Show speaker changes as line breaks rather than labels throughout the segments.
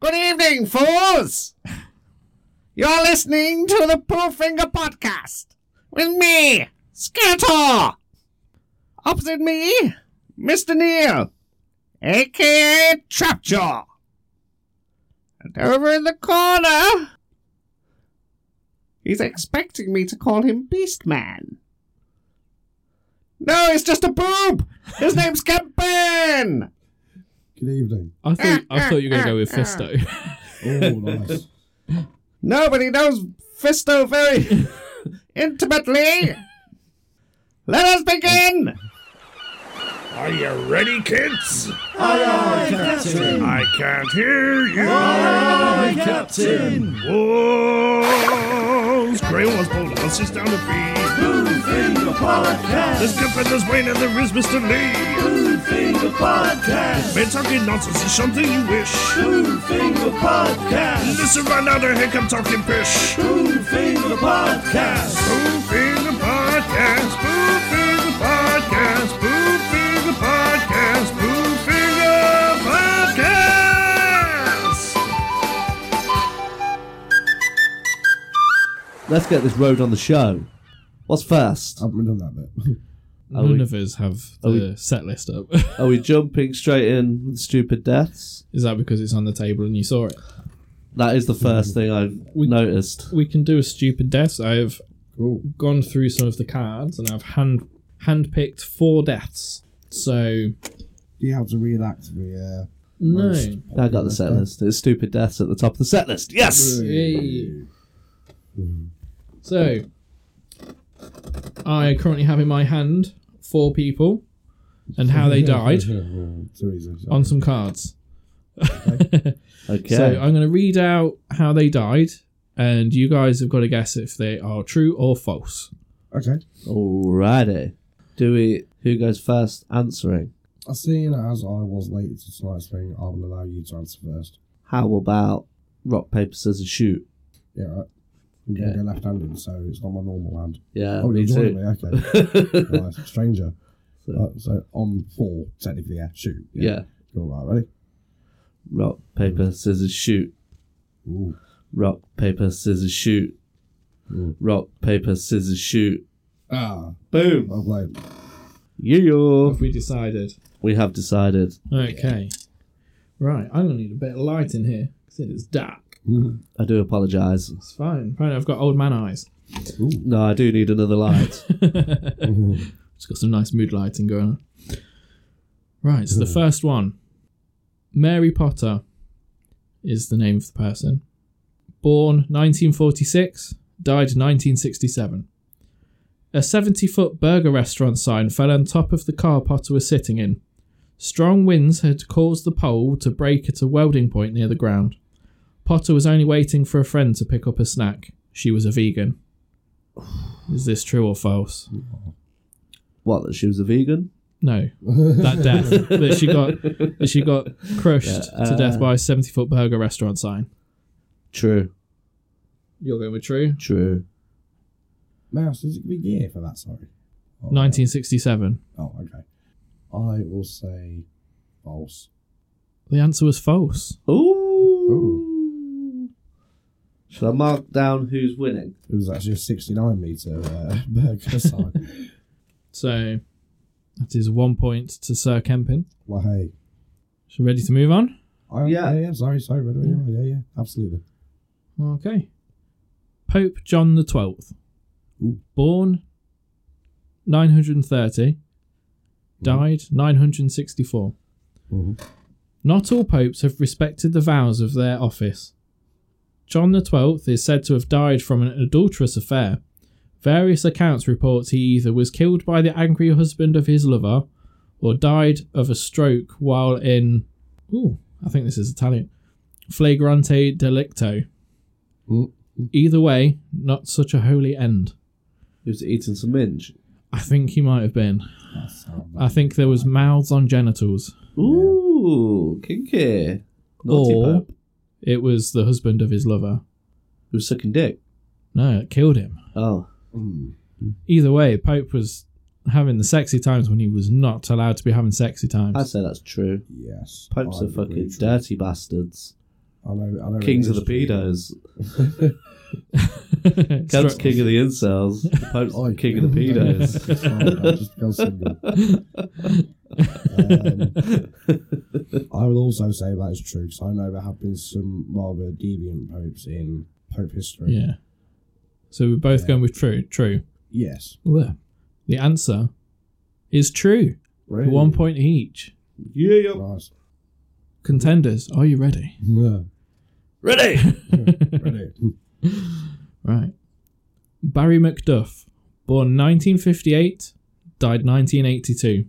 Good evening, fools! You're listening to the Poor Finger Podcast with me, Skeletor! Opposite me, Mr. Neil, aka Trapjaw. And over in the corner, he's expecting me to call him Beastman. No, it's just a boob! His name's Captain!
Good evening.
I thought I thought you were gonna go with Fisto.
Oh, nice.
Nobody knows Fisto very intimately. Let us begin.
Are you ready, kids?
Captain.
I can't hear you.
Aye, Captain.
Wolves! Gray one's bold, one sits down to feed.
Food Finger
There's
Podcast.
Gimp and there's Wayne and there is Mr. Lee.
Food Finger Podcast.
Man talking nonsense is something you wish.
Food Finger Podcast.
Listen right now to Hick, I'm talking pish.
Food Finger Podcast.
Spoofing the podcast, spoofing the podcast, spoofing the podcast, spoofing the podcast.
Let's get this road on the show. What's first?
Um,
I haven't done that bit.
Are
None
we-
of us have the
are we-
set list up.
Are we jumping straight in with stupid deaths?
Is that because it's on the table and you saw it?
That is the first thing I've
We-
noticed.
We can do a stupid deaths. I've
Cool.
gone through some of the cards and I've hand handpicked four deaths. So
Do you have to reenact the
no.
Most-
I got the set list. It's stupid deaths at the top of the set list. Yes.
uh,
Yay. So I currently have in my hand four people and how they died
Too easy. so-
on some cards.
Okay.
So I'm going to read out how they died, and you guys have got to guess if they are true or false.
Okay.
Alrighty. Do we? Who goes first? Answering.
Uh, Seeing as I was late to tonight's thing, I will allow you to answer first.
How about rock paper scissors shoot?
Yeah, right. I'm going to
Yeah.
go left handed, so it's not my normal hand.
Yeah.
oh,
Uh, me
you're joining
too.
me? Okay. nice. Stranger. Uh, so on four, technically, yeah, shoot.
yeah.
All right, ready?
Rock paper scissors shoot.
Ooh.
Rock paper scissors shoot.
Mm.
Rock paper scissors shoot.
Ah,
Boom.
well played.
Yeah.
Have we decided?
We have decided.
Okay. Right, I'm going to need a bit of light in here because it is dark.
I do apologise.
It's fine. Apparently, I've got old man eyes.
No, I do need another light.
It's got some nice mood lighting going on. Right, so the first one Mary Potter is the name of the person. Born 1946, died 1967. A 70 foot burger restaurant sign fell on top of the car Potter was sitting in. Strong winds had caused the pole to break at a welding point near the ground. Potter was only waiting for a friend to pick up a snack. She was a vegan. Is this true or false?
what? That she was a vegan?
No, that death that she got that she got crushed to death by a seventy foot burger restaurant sign.
True.
You're going with true.
True.
Mouse, does it be year for that? Sorry. Oh,
Nineteen sixty seven.
Oh, okay. I will say false.
The answer was false.
Ooh. Shall I mark down who's winning?
It was actually a 69 meter uh, burger sign.
So that is one point to Sir Kempin.
well, hey.
So ready to move on?
I,
Yeah.
yeah. yeah, Sorry, sorry. Ready, yeah. yeah, yeah, absolutely.
Okay. Pope John the Twelfth,
Ooh.
born nine hundred and thirty, died nine hundred and sixty four.
Mhm.
Not all popes have respected the vows of their office. John the Twelfth is said to have died from an adulterous affair. Various accounts report he either was killed by the angry husband of his lover, or died of a stroke while in. Ooh, I think this is Italian. Flagrante delicto.
Mm.
Either way, not such a holy end.
He was eating some minge.
I think he might have been.
That sounds
I think there was mouths on genitals,
Ooh, kinky. Naughty
or
Pope.
it was the husband of his lover.
He was sucking dick.
No, it killed him.
Oh.
Mm.
Either way, Pope was having the sexy times when he was not allowed to be having sexy times.
I'd say that's true.
Yes.
Popes
I
are
agree,
fucking
true.
dirty bastards.
I know. I know.
Kings of
it
the
is.
pedos. God's
Strong-
king of the incels. The Pope's
Oh,
king of the pedos.
Sorry, I just go single. Um, I will also say that is true because I know there have been some rather deviant popes in Pope history.
Yeah. So we're both
Yeah.
going with true. True.
Yes.
Well, the answer is true.
Really?
One point each.
Yeah.
Nice.
Contenders, are you ready?
Yeah.
Ready?
Ready.
Right. Barry McDuff, born 1958, died 1982.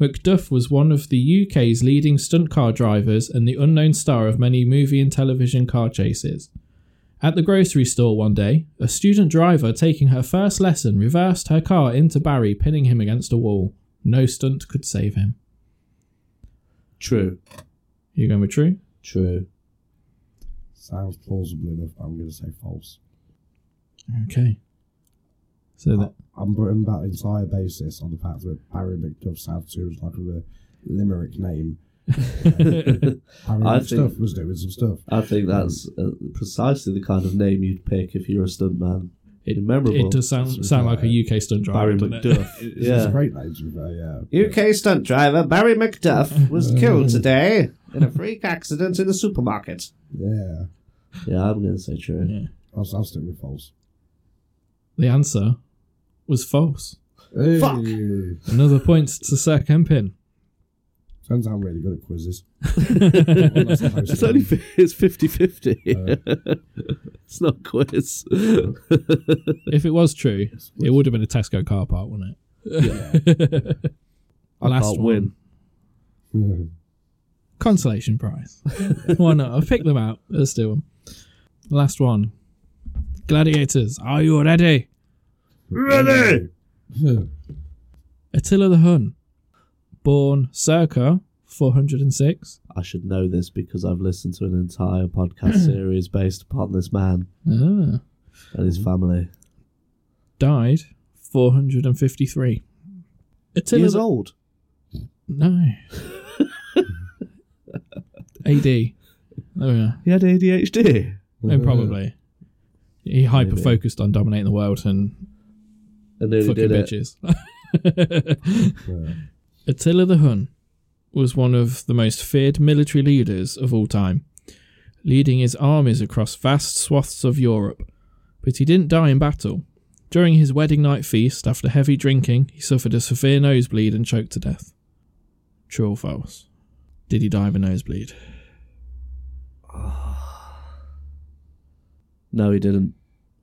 McDuff was one of the UK's leading stunt car drivers and the unknown star of many movie and television car chases. At the grocery store one day, a student driver taking her first lesson reversed her car into Barry, pinning him against a wall. No stunt could save him.
True.
You going with true?
True.
Sounds plausible enough. But I'm going to say false.
Okay. So that
I'm putting that entire basis on the fact that Barry McDuff sounds too much like a Limerick name. Barry
I
McDuff
think-
was doing some stuff.
I think
Hmm.
that's uh, precisely the kind of name you'd pick if you're a stuntman.
it,
memorable.
it does sound sound like a UK stunt driver.
Barry
doesn't it?
McDuff.
It's a
yeah.
great name to be fair, yeah.
UK stunt driver Barry McDuff was killed today in a freak accident in a supermarket.
Yeah.
Yeah, I'm going to say true.
Yeah.
I'll, I'll stick with false.
The answer was false.
Fuck.
Hey.
Another point to Sir Kempin.
Turns out I'm really good at quizzes.
It's only fi- it's 50 50. it's not a quiz.
If it was true, it would have been a Tesco car park, wouldn't it?
I
Last
can't
one.
win.
Consolation prize. Why not? I'll pick them out. Let's do them. Last one. Gladiators, are you ready?
Ready?
Attila the Hun, born circa 406.
I should know this because I've listened to an entire podcast series based upon this man
Ah,
and his family.
died 453.
He
Attila
is
the-
old.
No. AD. There we are.
He had ADHD.
And Oh, probably. He hyper focused on dominating the world and
And nearly
fucking
did it.
bitches.
Yeah.
Attila the Hun was one of the most feared military leaders of all time, leading his armies across vast swaths of Europe. But he didn't die in battle. During his wedding night feast, after heavy drinking, he suffered a severe nosebleed and choked to death. True or false? Did he die of a nosebleed?
No, he didn't.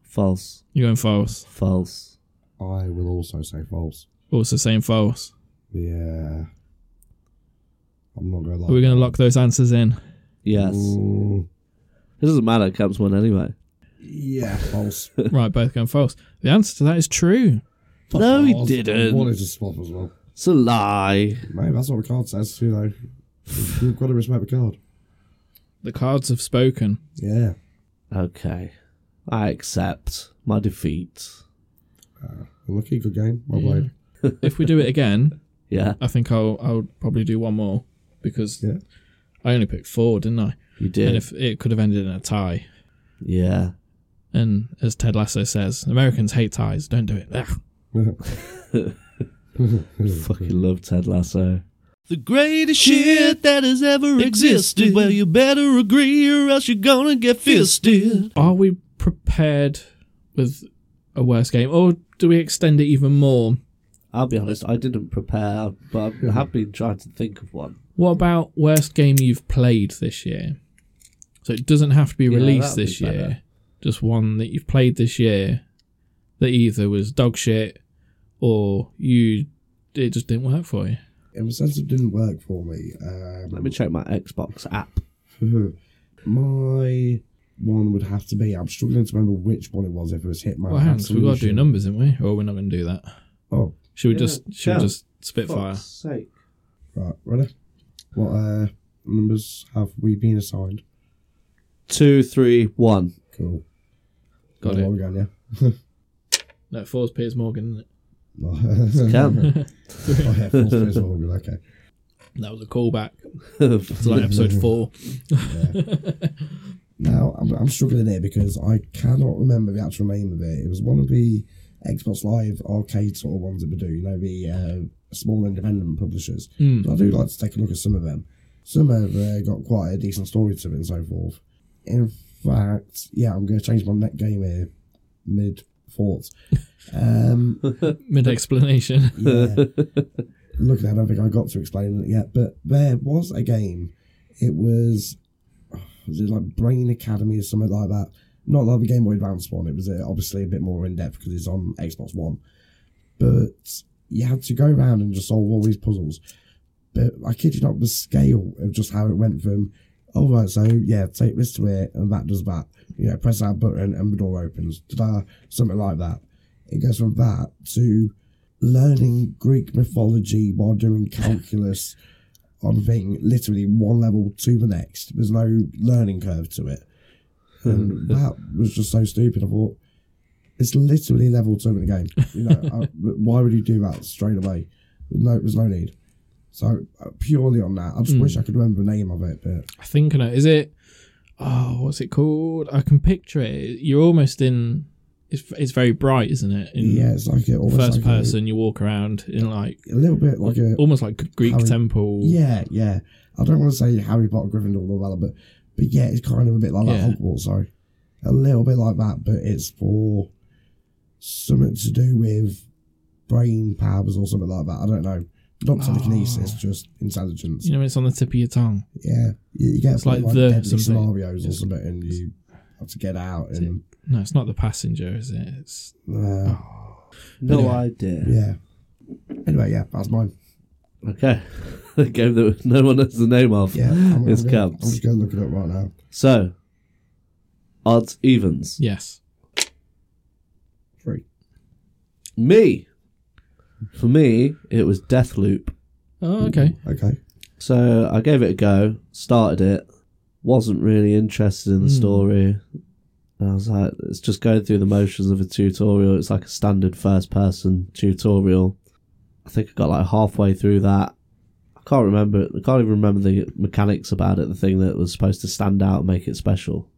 False.
You're going false.
False.
I will also say false.
Also saying false.
Yeah. I'm not going to lie.
Are we going to lock those answers in?
Yes.
Mm,
It doesn't matter. Camp's won anyway.
yeah, false.
right, both going false. The answer to that is true.
No, he
False.
didn't.
I wanted to swap as well.
It's a lie.
Mate, that's what a card says, you know. You've got to respect the card.
The cards have spoken.
Yeah.
Okay. I accept my defeat.
Lucky, good game. Well played.
if we do it again,
Yeah,
I think I'll I'll probably do one more because
Yeah.
I only picked four, didn't I?
you did.
And if it could have ended in a tie.
yeah.
And as Ted Lasso says, Americans hate ties. Don't do it. Ugh.
Fucking love Ted Lasso. The greatest shit that has ever existed. Well, you better agree or else you're gonna get fisted.
Are we prepared with a worse game, or do we extend it even more?
I'll be honest, I didn't prepare, but I have been trying to think of one.
What about worst game you've played this year? So it doesn't have to be
Yeah,
released
that would
this
be
year.
better.
Just one that you've played this year that either was dog shit or you it just didn't work for you.
In a sense, it didn't work for me. Um,
Let me check my Xbox app.
my one would have to be. I'm struggling to remember which one it was. If it was Hitman,
Well, hang on, so we've got to do
Absolution.
numbers, haven't we? Or we're not going to do that.
Oh,
Should we
Yeah,
just should
yeah.
we just spitfire?
Fuck's sake.
right, ready? What uh, numbers have we been assigned?
Two, three, one.
Cool.
Got
Know
it.
what We're going, yeah.
No, four's Piers Morgan, isn't it?
No.
Cam.
oh, yeah, full space, we're all good, okay.
That was a callback to
Like,
like episode four.
Now I'm, I'm struggling here because I cannot remember the actual name of it. It was one of the Xbox Live arcade sort of ones that we do. You know the uh, small independent publishers.
Hmm.
But I do like to take a look at some of them. Some have uh, got quite a decent story to it and so forth. In fact, yeah, I'm going to change my neck game here mid thoughts. Um,
Mid explanation.
yeah. Look, I don't think I got to explain it yet, but there was a game. It was, oh, was it like Brain Academy or something like that? Not like the Game Boy Advance one. It was uh, obviously a bit more in depth because it's on Xbox One. But you had to go around and just solve all these puzzles. But I kid you not, the scale of just how it went from, all right, so yeah, take this to it, and that does that. You know, press that button and the door opens. Ta-da, something like that. It goes from that to learning Greek mythology while doing calculus on thing, literally one level to the next. There's no learning curve to it. And that was just so stupid. I thought, it's literally level two in the game. You know, I, why would you do that straight away? No, there's no need. So uh, purely on that, I just wish I could remember the name of it, but
I think I know. Is it? Oh, what's it called? I can picture it. You're almost in. It's, it's very bright, isn't it? In
yeah, it's like it almost
first
like a-
person, you walk around in like
a, little bit like a
almost like Greek
Harry-
temple.
Yeah, yeah. I don't want to say Harry Potter, Gryffindor, or whatever, but but yeah, it's kind of a bit like
Yeah.
that Hogwarts. Sorry, a little bit like that, but it's for something to do with brain powers or something like that. I don't know. Not telekinesis,
Ah.
just intelligence.
You know, it's on the tip of your tongue.
Yeah, you, you get
It's
like,
like
like
the
deadly
something.
scenarios or something, and you have to get out and
No, it's not the passenger, is it? Oh. It's
uh,
no idea.
yeah. Anyway, yeah, that's mine.
Okay. the game that no one knows the name of.
Yeah, I'm,
It's
I'm gonna- I'm
Cubs.
just going to look it up right now.
So, odds, evens.
yes.
Three.
Me. For me, it was Deathloop.
Oh, okay.
Okay.
So I gave it a go, started it, wasn't really interested in the story. I was like, it's just going through the motions of a tutorial. It's like a standard first person tutorial. I think I got like halfway through that. I can't remember. I can't even remember the mechanics about it. The thing that was supposed to stand out and make it special.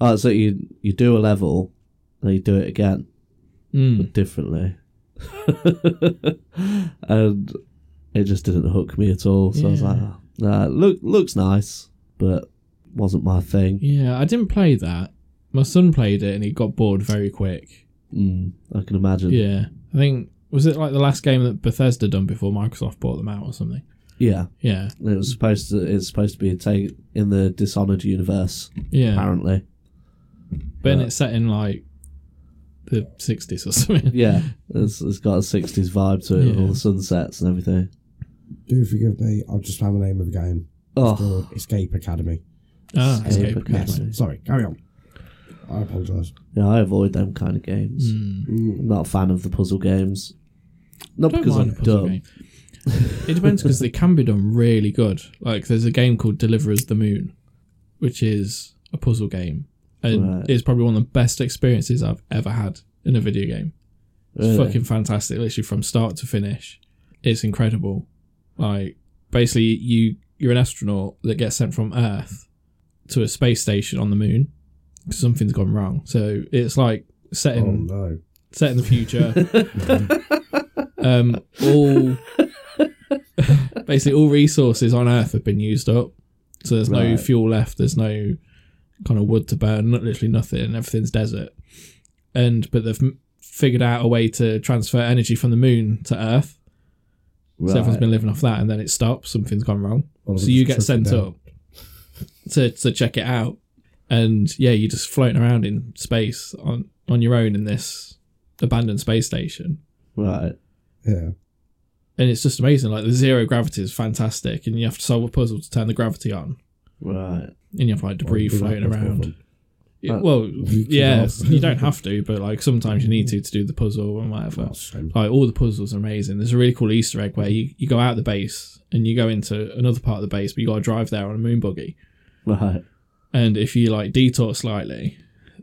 Oh, so you you do a level, and you do it again
Mm.
differently. and it just didn't hook me at all. So I was
Yeah.
like, "Ah, nah, look, looks nice, but wasn't my thing.
Yeah, I didn't play that. My son played it and he got bored very quick.
Mm, I can imagine.
Yeah, I think was it like the last game that Bethesda done before Microsoft bought them out or something.
Yeah.
Yeah,
It was supposed to. It's supposed to be a take in the Dishonored universe,
yeah.
apparently.
But then it's set in like the '60s or something.
Yeah, it's, it's got a '60s vibe to it, with all
Yeah.
the sunsets and everything.
Do forgive me. I've just found the name of the game.
Oh,
called Escape Academy.
Ah, Escape
Escape
Academy.
Yes, sorry, carry on. I apologise.
yeah, I avoid them kind of games. I'm not a fan of the puzzle games. Not
I Hmm. don't
because
mind
I'm
a puzzle
dumb.
game. It depends because they can be done really good. Like there's a game called Deliver Us the Moon, which is a puzzle game, and
Right.
it's probably one of the best experiences I've ever had in a video game. It's
Really.
fucking fantastic, literally from start to finish. It's incredible. Like basically, you you're an astronaut that gets sent from Earth to a space station on the moon because something's gone wrong. So it's like set
Oh
in
no.
set in the future. um, all basically all resources on Earth have been used up, so there's no
Right.
fuel left. There's no kind of wood to burn. not- Literally nothing. and Everything's desert. And but they've m- figured out a way to transfer energy from the moon to Earth. So everyone's
Right.
been living off that, and then it stops. Something's gone wrong
Well,
so you
it's
get
shut
sent
down.
up to to check it out, and yeah, you're just floating around in space on on your own in this abandoned space station,
right.
Yeah.
and it's just amazing. Like the zero gravity is fantastic, and you have to solve a puzzle to turn the gravity on,
Right.
and you have like debris
Well,
floating
that's
around.
awful.
Yeah,
Uh,
well,
kick
yeah,
off.
you don't have to, but like sometimes you need to to do the puzzle and whatever.
That's a shame.
Like all the puzzles are amazing. There's a really cool Easter egg where you, you go out the base and you go into another part of the base, but you got to drive there on a moon buggy.
Right.
and if you like detour slightly,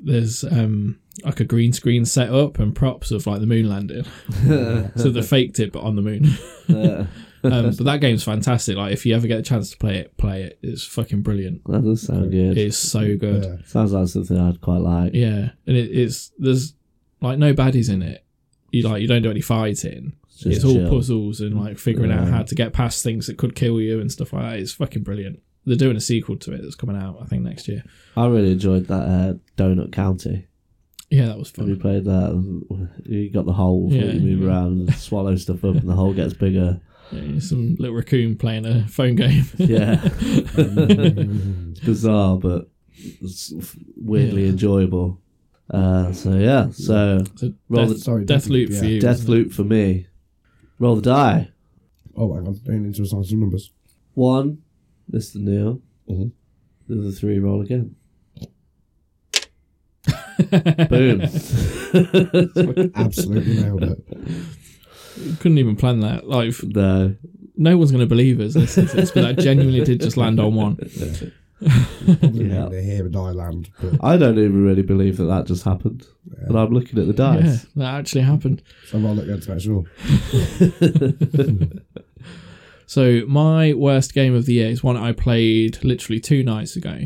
there's um like a green screen set up and props of like the moon landing. so they faked it but on the moon.
Uh,
Um, but that game's fantastic. Like if you ever get a chance to play it, play it. It's fucking brilliant.
That does sound good.
It's so good.
Yeah.
Sounds like something I'd quite like.
Yeah, and it, it's there's like no baddies in it. You like you don't do any fighting.
Just
it's all
chill.
puzzles and like figuring out
Right.
how to get past things that could kill you and stuff like that. It's fucking brilliant. They're doing a sequel to it that's coming out, I think, next year.
I really enjoyed that uh, Donut County.
Yeah, that was
Have you
fun.
played that? You got the hole that
Oh. Yeah,
you move
yeah.
around and swallow stuff up, and the hole gets bigger.
Yeah, some little raccoon playing a phone game.
Yeah, it's bizarre, but it's weirdly
Yeah.
enjoyable. Uh, so yeah, so
So
Roll
death,
the-
Sorry,
death loop
yeah.
for you.
death loop for me. Roll the die.
Oh, hang on. Going into some numbers.
One, Mister Neil.
Mm-hmm.
Mhm.
The other three roll again. Boom.
Absolutely nailed it.
Couldn't even plan that. Like, f-
no.
no one's going to believe us listening to this, but that genuinely did just land on one.
Probably
Yeah.
they hear die land, but
I don't even really believe that that just happened. And I'm looking at the
Yeah,
dice.
that actually happened.
I'm not going to make sure.
So my worst game of the year is one I played literally two nights ago,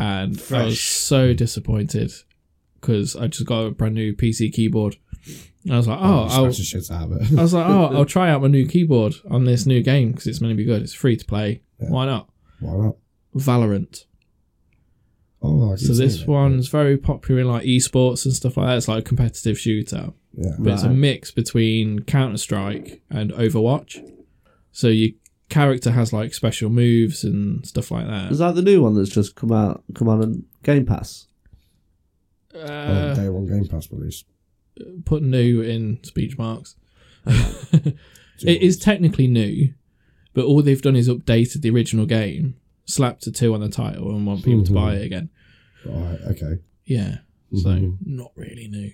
and I was
Fresh.
so disappointed because I just got a brand new PC keyboard. And I was like, oh,
Smash
I'll,
the shit out of
I
it.
was like, oh, I'll try out my new keyboard on this new game because it's meant to be good. It's free to play. Why not?
Why not?
Valorant.
Oh, I
So
can see
this
it.
one's very popular in like esports and stuff like that. It's like a competitive shooter.
Yeah.
but it's a
Right.
mix between Counter Strike and Overwatch. So your character has like special moves and stuff like
Is
that.
that the new one that's just come out? Come on, and Game Pass.
Oh,
Uh,
day one Game Pass release.
put new in speech marks. It is technically new, but all they've done is updated the original game, slapped a two on the title, and want people to buy
Mm-hmm.
it again.
Right, okay.
Yeah, so
Mhm.
not really new.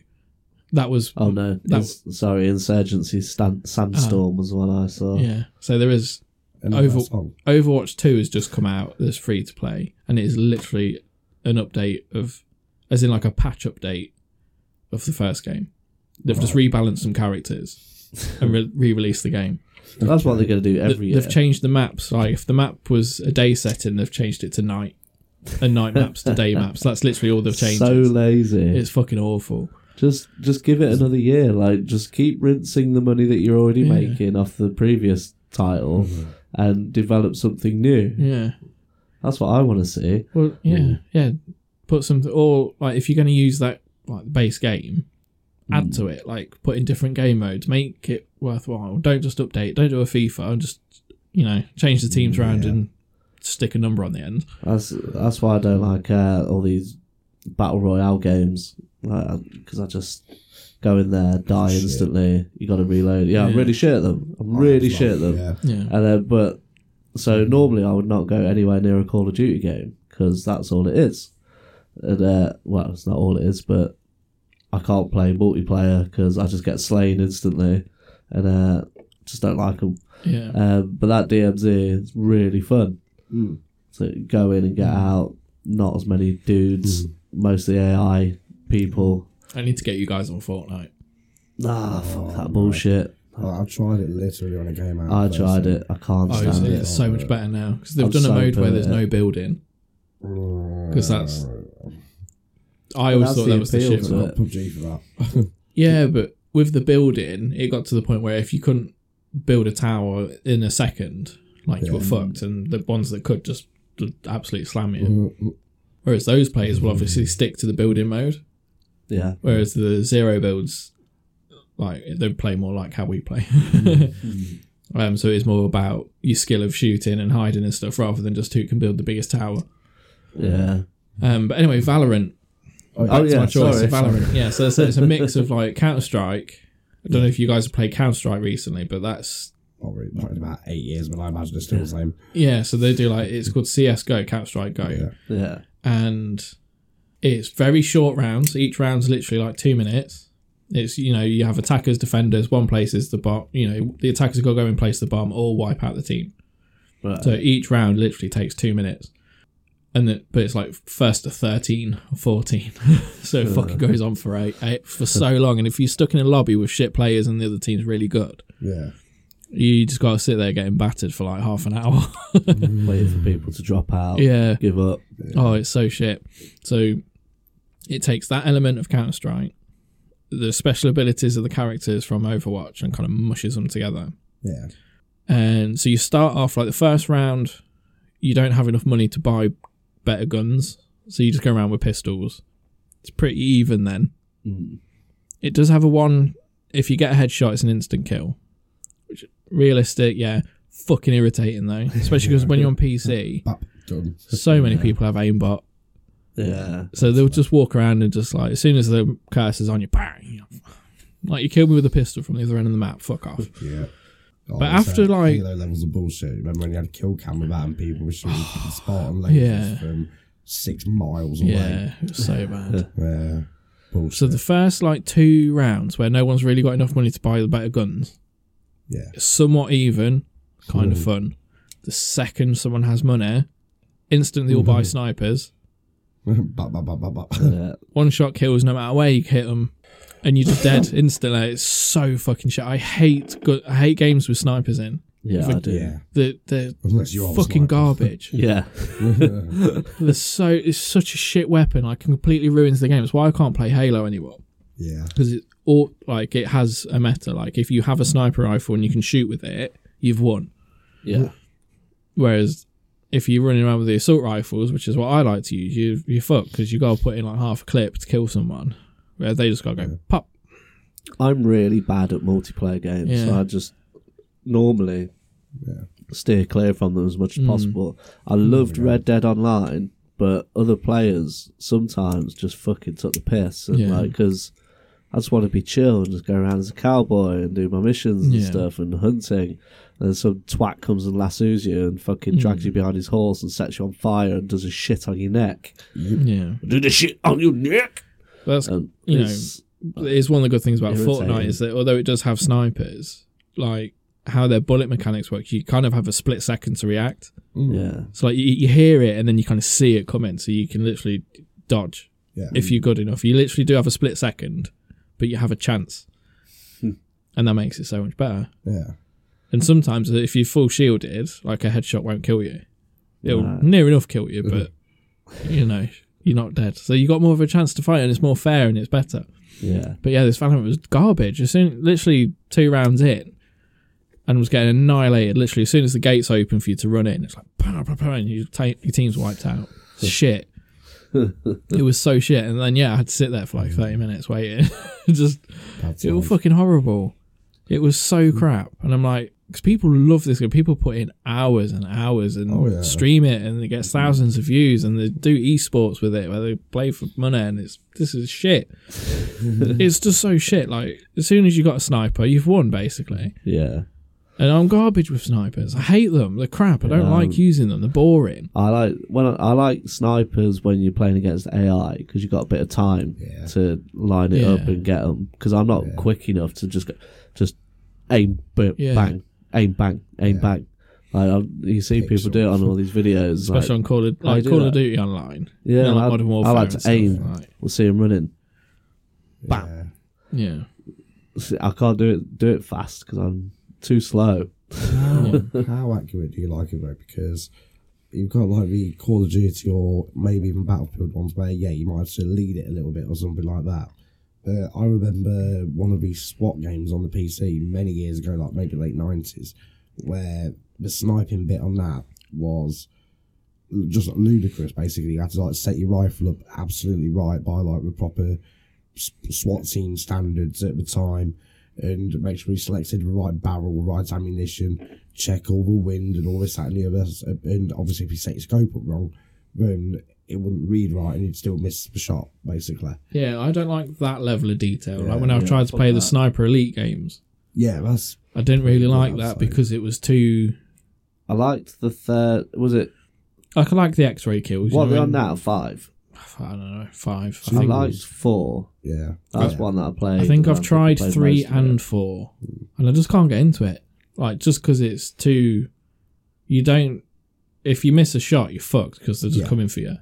That was
Mm-hmm. Oh no!
That- Ah.
Ins- sorry, Insurgency Stan- Sandstorm was one I saw.
yeah. So there is
And
Over-
that's all.
Overwatch 2 has just come out that's free to play, and it is literally an update of, as in like a patch update of the first game. They've just rebalanced some characters and re- released the game.
That's what they're going to do
Th-
every year.
They've changed the maps. Like if the map was a day setting, they've changed it to night, and night maps to day maps. That's literally all they've changed.
so lazy.
it's fucking awful.
just just give it another year. Like just keep rinsing the money that you're already
Yeah.
making off the previous title,
Mm-hmm.
and develop something new.
Yeah.
That's what I want to see.
Well, yeah, yeah. Put something, or like if you're going to use that like the base game,
Hmm.
add to it. Like put in different game modes, make it worthwhile. Don't just update. Don't do a FIFA and just you know change the teams around and stick a number on the end.
That's that's why I don't like uh, all these battle royale games because I just go in there, die
Shit.
instantly. You got to reload. Yeah, I'm
Yeah.
really shit at them. I'm
Oh,
really
that's Hmm.
shit at
right,
them.
Yeah.
Yeah,
And then, but so normally I would not go anywhere near a Call of Duty game because that's all it is. And uh, well, it's not all it is, but I can't play multiplayer because I just get slain instantly, and uh, just don't like them.
yeah.
Um, but that DMZ is really fun. So go in and get out. Not as many dudes, mostly AI people.
I need to get you guys on Fortnite.
Ah, fuck that bullshit.
I, I Oh, tried it literally when it came out.
I
first.
tried it. I can't
Oh, so
stand it.
it's so much better now because they've
I'm
done a
so
mode where
bad
there's
at
no
it.
building. Because that's I always
that's
thought
the
that was the
appeal
shit.
to
I
it.
got PUBG for that.
Yeah, but with the building, it got to the point where if you couldn't build a tower in a second, like you were
Yeah.
fucked, and the ones that could just would absolutely slam you.
Mm,
Whereas those players will obviously stick to the building mode,
Yeah.
whereas the zero builds, like they play more like how we play.
Mm.
um, so it's more about your skill of shooting and hiding and stuff rather than just who can build the biggest tower.
Yeah.
Um, but anyway, Valorant.
Oh,
That's
yeah.
my choice.
sorry.
Valorant. Yeah, so it's, it's a mix of like Counter Strike. I don't know if you guys have played Counter Strike recently, but that's
Oh, Probably not in about eight years, but I imagine it's still the same.
yeah. So they do like it's called CS:GO, Counter Strike Go,
Yeah.
Yeah.
and it's very short rounds. Each round's literally like two minutes. It's you know you have attackers, defenders. One places the bomb. You know the attackers have got to go and place the bomb or wipe out the team.
Right.
So each round literally takes two minutes, and it, but it's like first to thirteen or fourteen, so it fucking goes on for eight, eight for so long. And if you're stuck in a lobby with shit players and the other team's really good,
Yeah.
You just got to sit there getting battered for like half an hour.
waiting for people to drop out,
yeah.
give up.
Oh, it's so shit. So it takes that element of Counter Strike, the special abilities of the characters from Overwatch, and kind of mushes them together.
Yeah.
And so you start off like the first round, you don't have enough money to buy better guns, so you just go around with pistols. It's pretty even then.
Mm.
It does have a one. If you get a headshot, it's an instant kill. Which realistic, yeah. Fucking irritating though, especially because when you're on PC,
Bap, done.
so many people have aimbot.
Yeah.
So they'll just walk around and just like as soon as the curse is on you, bang. you know. Like you killed me with a pistol from the other end of the map. Fuck off.
Yeah. Oh,
But
it's,
after,
uh,
like-
Halo levels of bullshit. Remember when you had kill cam with that and people were shooting from the spot on lasers
Yeah.
from six miles away?
Yeah, it was so bad.
Yeah. Bullshit.
So the first like two rounds where no one's really got enough money to buy the better guns,
yeah.
it's somewhat even, kind of fun. The second someone has money, instantly all buy snipers.
bap, bap, bap, bap, bap.
Yeah.
One shot kills no matter where you hit them, and you're just dead instantly. It's so fucking shit. I hate gu- I hate games with snipers in.
Yeah, I do.
Yeah.
The the
Unless you're
fucking garbage.
Yeah.
There's so it's such a shit weapon. Like completely ruins the game. It's why I can't play Halo anymore
Yeah.
because it all like it has a meta. Like if you have a sniper rifle and you can shoot with it, you've won.
Yeah.
Whereas if you're running around with the assault rifles, which is what I like to use, you you fuck because you got to put in like half a clip to kill someone. Where they just got to go pop.
I'm really bad at multiplayer games, so
Yeah.
I just normally
Yeah.
steer clear from them as much
Hmm.
as possible. I loved Red Dead Online, but other players sometimes just fucking took the piss, and
Yeah.
like because. I just want to be chill and just go around as a cowboy and do my missions and
Yeah.
stuff and hunting. And some twat comes and lassos you and fucking
Hmm.
drags you behind his horse and sets you on fire and does a shit on your neck.
Yeah,
Do the shit on your neck.
that's
And
You know,
it's-
it's one of the good things about
Uh, Irritating.
Fortnite is that although it does have snipers, like how their bullet mechanics work, you kind of have a split second to react.
yeah,
So like you, you hear it and then you kind of see it coming, so you can literally dodge
Yeah.
if you're good enough. You literally do have a split second, but you have a chance, and that makes it so much better.
Yeah.
And sometimes if you're full shielded, like a headshot won't kill you. It'll
Right.
near enough kill you, but you know you're not dead, so you got more of a chance to fight, and it's more fair and it's better.
yeah.
But yeah, this Valorant was garbage. As soon, literally two rounds in, and was getting annihilated. Literally, as soon as the gates open for you to run in, it's like pow, pow, pow, and your, ta- your team's wiped out. shit. it was so shit. And then yeah, I had to sit there for like thirty minutes waiting. Just
That's
it was
nice.
fucking horrible. It was so
Mm.
crap. And I'm like, because people love this game. People put in hours and hours and
Oh, yeah.
stream it, and it
Mm-hmm.
gets thousands of views, and they do esports with it where they play for money, and it's this is shit. it's just so shit. Like as soon as you got a sniper, you've won basically.
Yeah.
And I'm garbage with snipers. I hate them. They're crap. I don't
Yeah.
like using them. They're boring.
I like when I, I like snipers when you're playing against AI because you got a bit of time
Yeah.
to line it up
Yeah.
and get them. Because I'm not quick enough to just go, just aim, b-
Yeah.
bang, aim, bang, aim, bang. Like I, you see people do it on all these videos.
Especially
like,
on Call of
I
like
do
Call
that.
of Duty Online.
yeah,
You know, like
I,
Modern
I
Warfare
like
and
to
stuff,
aim.
like-
We'll see them running. Bam.
Yeah.
yeah.
See, I can't do it. Do it fast because I'm too slow.
How, how accurate do you like it though? Because you've got like the Call of Duty or maybe even Battlefield ones where yeah, you might have to lead it a little bit or something like that. But I remember one of these SWAT games on the PC many years ago, like maybe late nineties, where the sniping bit on that was l- just ludicrous. Basically, you had to like set your rifle up absolutely right by like the proper s- SWAT team standards at the time, and make sure you selected the right barrel, right ammunition, check all the wind and all this that and the other. s- And obviously, if you set your scope up wrong, then it wouldn't read right, and you'd still miss the shot. Basically,
Yeah, I don't like that level of detail. like when
Yeah,
I've
yeah,
tried to
fuck
play the
that.
sniper elite games,
yeah, that's
I didn't really like
that's
that
like-
because it was too.
I liked the third. Was it
Like I like the X-ray kills.
what are
you
they
know,
on
and-
now? Five.
I don't know, five. I
I
think,
liked four.
yeah.
That's
yeah.
one that I played.
I think
and
I've
think I
tried
played
three
most of it.
and four, and I just can't get into it. Like just because it's too, you don't. If you miss a shot, you're fucked because they're just
Yeah.
coming for you.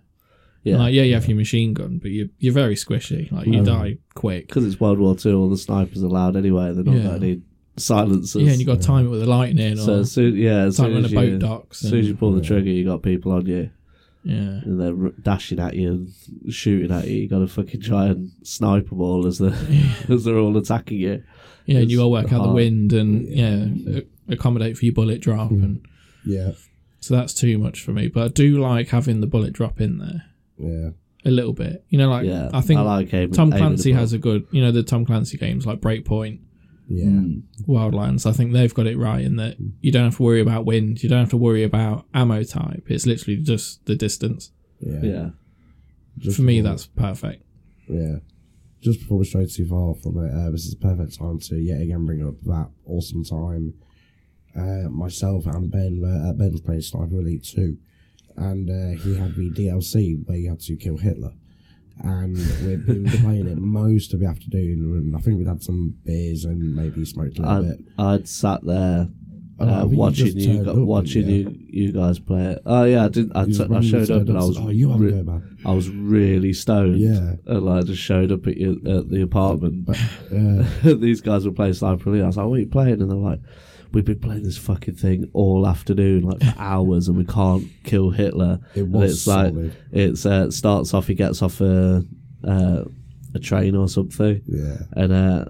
yeah. Oh.
Like yeah, you have your machine gun, but you you're very squishy. Like you die quick.
because it's World War Two, all the snipers allowed anyway. They're not
Yeah.
got any silencers.
yeah, and you got to time it with the lightning
so
or
as soon, yeah, as
time
soon
when the
as,
boat
you,
docks.
as soon as you
And,
pull the trigger, you got people on you
yeah,
and they're r- dashing at you and shooting at you. You got to fucking try and snipe them all as they're as they're all attacking you.
yeah, and you got to work out the
hard.
wind and yeah, a- accommodate for your bullet drop,
Hmm.
and
Yeah,
so that's too much for me. But I do like having the bullet drop in there
yeah.
a little bit. You know, like
Yeah,
I think
like aiming-
Tom
aiming
Clancy
the
has a good, you know, the Tom Clancy games like Breakpoint,
Yeah.
Wildlands. I think they've got it right in that you don't have to worry about wind, you don't have to worry about ammo type. It's literally just the distance.
Yeah.
bullet. Yeah.
Just
For me,
before-
that's perfect.
Yeah. Just before we stray too far from it, uh, this is a perfect time to yet again bring up that awesome time uh, myself and Ben were at Ben's place, Sniper Elite 2, and uh, he had the DLC where you had to kill Hitler. And we'd been playing it most of the afternoon, and I think we'd had some beers and maybe smoked a little
I'd,
bit.
I'd sat there
And I
uh,
think
watching
just
you,
turned
gu-
up, didn't
watching you, you guys play it. Oh yeah, I didn't. I,
You
t-
just
I
randomly
showed up
turned
and I
and
was
said, oh, you have a
re-
go, man.
I was really stoned.
Yeah.
and I just showed up at, your, at the apartment.
Yeah,
These guys were playing Sniper Elite. I was like, "What are you playing?" And they're like, "We've been playing this fucking thing all afternoon, like for hours, and we can't kill Hitler."
it
And
was
it's like
solid.
it's uh, starts off. He gets off a uh, a train or something
yeah,
and uh,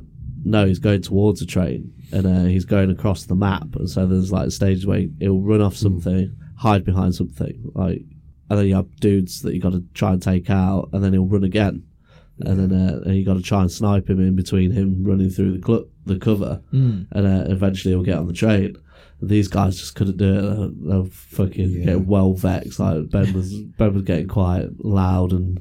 no, he's going towards a train, and uh, he's going across the map, and so there's like a stage where he'll run off something, hide behind something, like, and then you have dudes that you got to try and take out, and then he'll run again, and then uh, and you got to try and snipe him in between him running through the cl- the cover, and uh, eventually he'll get on the train. These guys just couldn't do it. They were, they were fucking
Yeah.
getting well vexed. Like Ben was, Ben was getting quite loud and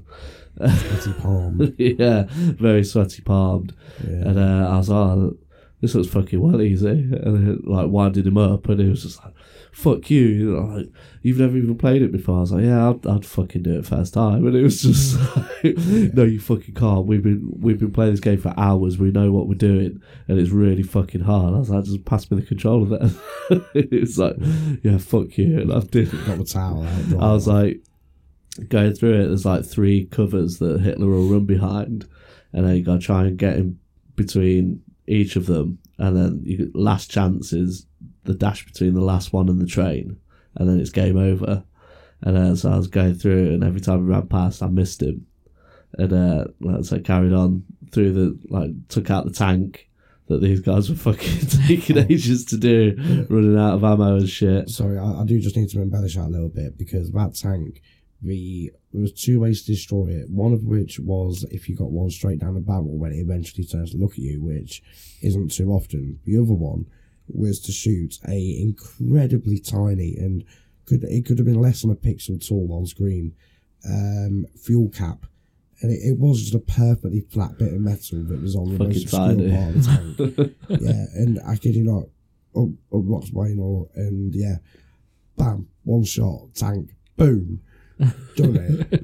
Betty Palm.
yeah, very sweaty palmed.
Yeah.
And uh, I was like, oh, this looks fucking well easy. And it, like winded him up, and he was just like, fuck you. you know, like, You've never even played it before. I was like, yeah, I'd, I'd fucking do it first time. And it was just like, no, you fucking can't. We've been we've been playing this game for hours. We know what we're doing, and it's really fucking hard. I was like, just pass me the controller then. it was like, yeah, fuck you. And I did.
Got the towel out.
I was like, going through it, there's like three covers that Hitler will run behind, and then you gotta try and get him between each of them, and then you, last chance is the dash between the last one and the train, and then it's game over. And uh, so I was going through, it, and every time I ran past, I missed him, and uh, like, so I carried on through the like took out the tank. That these guys were fucking taking ages to do, running out of ammo and shit.
sorry, I, I do just need to embellish that a little bit because that tank, the there was two ways to destroy it. One of which was if you got one straight down the barrel when it eventually turns to look at you, which isn't too often. The other one was to shoot a incredibly tiny and could it could have been less than a pixel tall on screen um, fuel cap. And it, it was just a perfectly flat bit of metal that was on the
Fucking
most obscure
tiny.
part of the tank. yeah, and I kid you not, up, up Rock's Wayne or and yeah, bam, one shot, tank, boom, done it.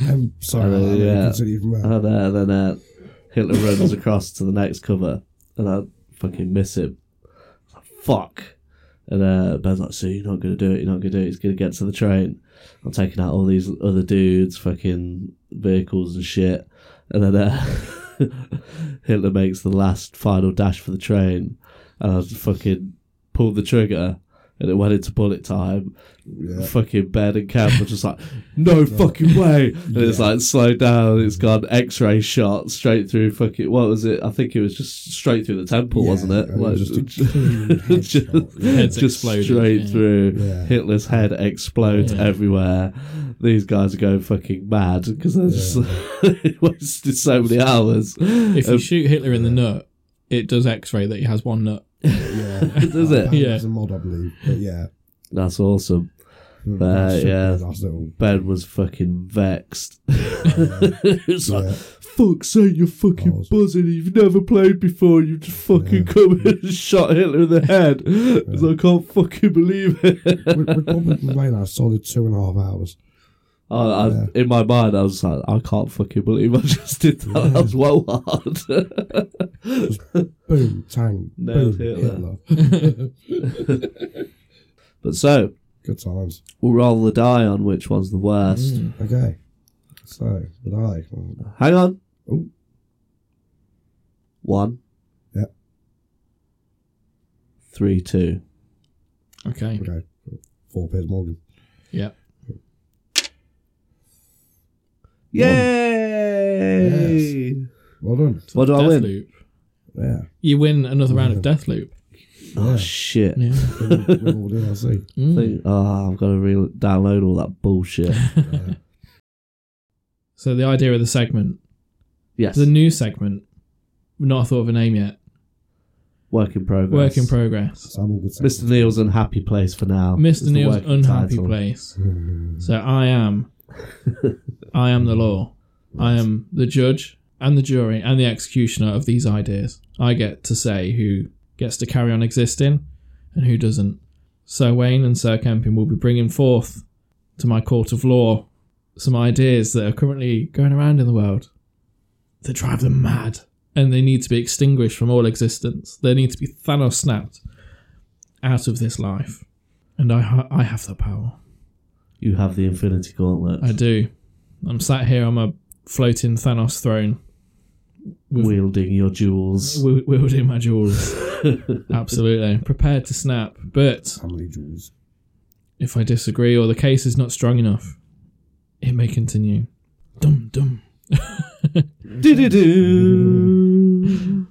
I'm sorry,
Uh,
I didn't
yeah.
consider you from there.
And uh, then uh, Hitler runs across to the next cover, and I fucking miss him. I was like, Fuck. And uh, Ben's like, so you're not going to do it, you're not going to do it, he's going to get to the train. I'm taking out all these other dudes, fucking vehicles and shit. And then uh, Hitler makes the last final dash for the train, and I fucking pulled the trigger. And it went into bullet time. Fucking Ben and Cam were just like, no fucking way. And it's like slowed down. It's gone x ray shot straight through fucking, what was it? I think it was just straight through the temple,
Yeah,
wasn't it?
it was just a clean headshot.
just,
Heads
just
exploded,
straight
yeah.
through.
Yeah.
Hitler's head explodes
Yeah.
everywhere. These guys are going fucking mad because they're just wasted so many hours.
If you
Um,
shoot Hitler in the nut, it does X ray that he has one nut.
Yeah,
Does it?
Yeah.
It's a mod, I believe, but yeah,
That's awesome.
That's super
Uh, yeah.
nice little-
Ben was fucking vexed. it's
Yeah.
like, fuck's sake, you're fucking
Balls.
buzzing. You've never played before. You've just fucking come in and shot Hitler in the head. It's like, I can't fucking believe it.
we we'd probably been playing that a solid two and a half hours.
I, I,
Yeah.
In my mind, I was like, I can't fucking believe I just did that. That was well hard.
Boom, tank,
Nailed
boom,
Hitler.
Hitler.
but so,
Good times.
we'll roll the die on which one's the worst.
Okay, so but I
Hang on.
Ooh.
One.
Yep.
three two.
Okay.
Okay. Four Piers Morgan.
Yeah.
Yay!
Well done.
What do I win?
Deathloop.
Yeah.
You win another round of Deathloop.
Oh shit!
Yeah.
With with all DLC.
Mm.
Think, oh, I've got to re- download all that bullshit.
Yeah.
So the idea of the segment,
yes,
the new segment, we've not thought of a name yet.
work in progress.
Work in progress.
Sam Morgan said-
Mr. Neil's unhappy place for now. is
Mr.
the Hmm.
Neil's
working
unhappy
title.
place. So I am, I am the law. I am the judge and the jury and the executioner of these ideas. I get to say who gets to carry on existing and who doesn't. Sir Wayne and Sir Kempin will be bringing forth to my court of law some ideas that are currently going around in the world that drive them mad and they need to be extinguished from all existence. They need to be Thanos snapped out of this life. And I, ha- I have the power.
You have the Infinity Gauntlet.
I do. I'm sat here on my floating Thanos throne, with-
wielding your jewels.
wi- wielding my jewels. Absolutely. Prepared to snap. But
How many jewels?
if I disagree or the case is not strong enough, it may continue. Dum dum.
Do-do-do.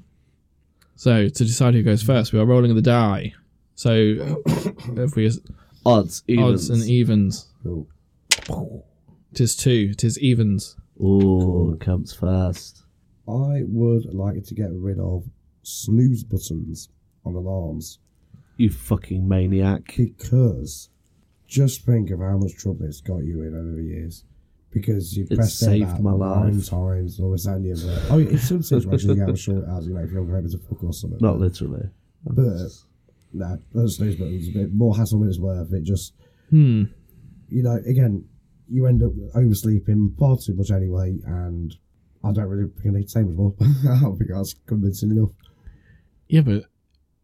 So to decide who goes first, we are rolling the die. So if we
Odds, evens.
odds and e- evens,
Cool.
tis two, tis evens.
Ooh, comes first.
I would like to get rid of snooze buttons on alarms
You fucking maniac.
because just think of how much trouble it's got you in over the years. Because you
It
press them
saved
about
my life.
nine times or something. Oh, in some situations you have a short as you know if you're going over to fuck or something.
Not literally.
But no, those snooze buttons a bit more hassle than it's worth. It just
Hmm.
you know, again, you end up oversleeping far too much anyway, and I don't really think I need to say much more. I don't think that's convincing enough.
Yeah, but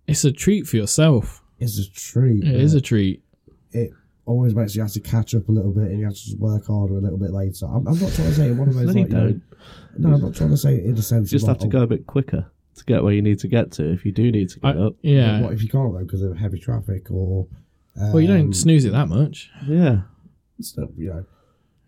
it's a treat for yourself.
It's a treat.
It is a treat.
It always makes you have to catch up a little bit, and you have to just work harder a little bit later. I'm, I'm not trying to say one of those.
No,
like,
you
you know-
don't.
no, I'm not trying to say it in the sense.
You just
of
have to
like, oh,
go a bit quicker to get where you need to get to if you do need to get
I,
up.
oh,
yeah.
What if you can't though because of heavy traffic or? Um,
Well, you don't snooze it that much.
Yeah.
stuff, you know.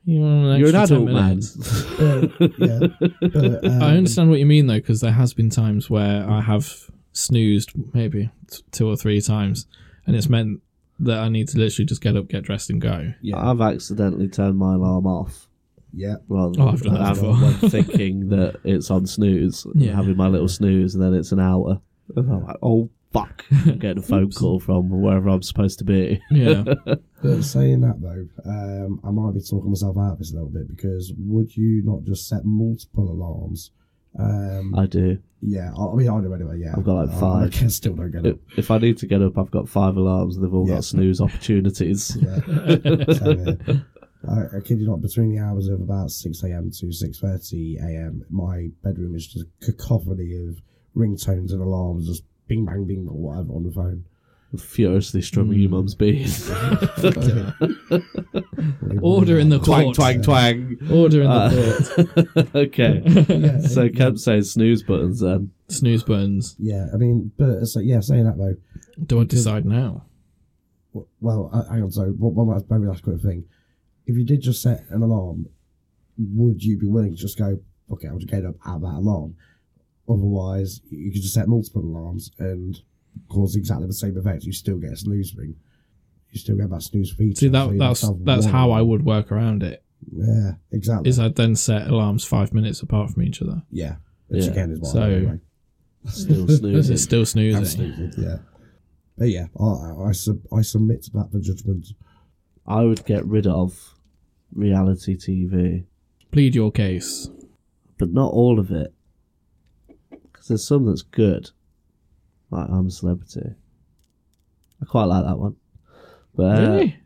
You want an
You're an
extra 10
adult man.
minutes.
But, yeah, but, um,
I understand what you mean though, because there has been times where I have snoozed maybe t- two or three times, and it's meant that I need to literally just get up, get dressed, and go.
Yeah,
I've accidentally turned my alarm off
yeah.
rather
Oh, I've done
than
that
having-
before.
when thinking that it's on snooze, and
Yeah.
having my little snooze, and then it's an hour. And I'm like, oh, fuck. I'm getting a phone call from wherever I'm supposed to be.
Yeah,
But saying that though, um, I might be talking myself out of this a little bit because would you not just set multiple alarms? Um,
I do.
yeah, I, I mean I do anyway. Yeah,
I've got, like,
I- I
five.
can still don't get
If-
it.
If I need to get up, I've got five alarms. and They've all
Yeah.
got snooze opportunities.
Yeah. Same here. I, I kid you not. Between the hours of about six a.m. to six thirty a.m., my bedroom is just a cacophony of ringtones and alarms, just bing bang bing or whatever on the phone.
Furiously strumming your mum's bees.
order in the
twang,
court.
twang, twang.
Order in the
Uh, okay.
court.
Yeah,
So
yeah.
Kemp says snooze buttons then.
Snooze buttons.
Yeah, I mean, but so yeah, saying that though.
Do I decide now?
well, I- hang on. So one, one last, maybe last quick thing. If you did just set an alarm, would you be willing to just go, okay, I'll just get up at that alarm? Otherwise, you could just set multiple alarms and cause exactly the same effect. You still get a snooze ring. You still get that snooze feature.
See
so
that
you
that's
just have
that's
one
how I
alarm.
would work around it.
Yeah, exactly.
Is I'd then set alarms five minutes apart from each other.
yeah, which
Yeah.
again is what
So-
I do anyway.
Still
Is it
snoozing.
still snoozing?
Absolutely, yeah. But yeah, I I, I, sub, I submit to that for judgment.
I would get rid of reality TV,
Plead your case.
but not all of it. Because there's some that's good. Like I'm a Celebrity. I quite like that one. But, uh,
really?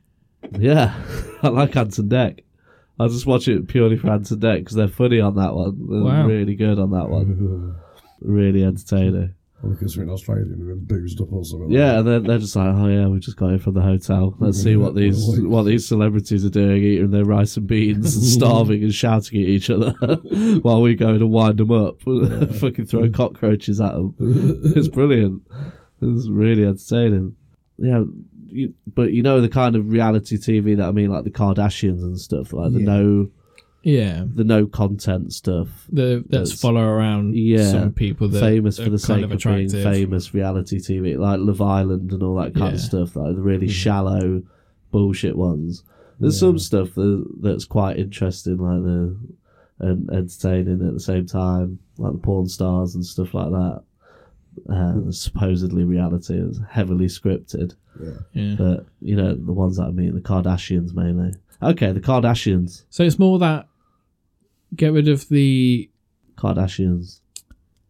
Yeah, I like Anton Deck. I just watch it purely for Anton Deck because they're funny on that one. They're
Wow. Mm-hmm.
really good on that one. Really entertaining.
Because we're in Australia and we're boozed up or something. like
Yeah, and then they're just like, oh yeah, we just got here from the hotel. Let's see what these what these celebrities are doing, eating their rice and beans and starving and shouting at each other while we go and wind them up, fucking throw cockroaches at them. It's brilliant. It was really entertaining. Yeah, you, but you know the kind of reality TV that I mean, like the Kardashians and stuff, like the
Yeah.
no,
Yeah.
the no content stuff.
The that's
That's-
follow around
Yeah.
some people that
famous
are
for the
kind
sake
of
of, being
attractive.
famous reality TV, like Love Island and all that kind of
Yeah. Mm-hmm.
stuff, like the really shallow bullshit ones. There's some stuff that, that's quite interesting, like the and entertaining at the same time, like the porn stars and stuff like that.
Hmm.
Uh, supposedly reality is heavily scripted,
Yeah.
but you know the ones that I mean, the Kardashians mainly. Okay, the Kardashians,
So it's more that get rid of the
Kardashians.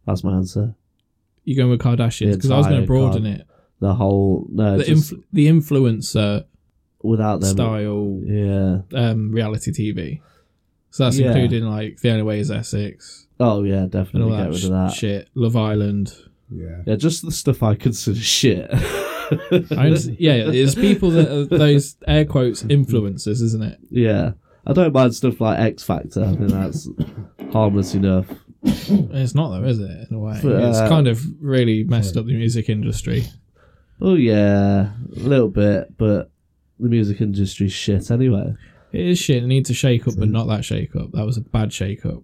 That's my answer.
you going with Kardashians
The
because I was going to
entire
broaden
Kar-
it.
The whole no,
The
just
influ- the influencer
without them,
style
yeah.
um, reality TV. So that's
Yeah.
including like The Only Way Is Essex
Oh yeah,
and all
definitely get
that,
rid
sh-
of that.
shit. Love Island.
Yeah.
Yeah, just the stuff I consider shit.
I understand- yeah, it's people that are those air quotes influencers, isn't it?
yeah, I don't mind stuff like X Factor. I think that's harmless enough.
It's not though, is it? In a way,
But,
it's
uh,
kind of really messed up the music industry.
Oh yeah, a little bit, but the music industry's shit anyway.
It is shit. It needs a shake up, but not that shake up. That was a bad shake up.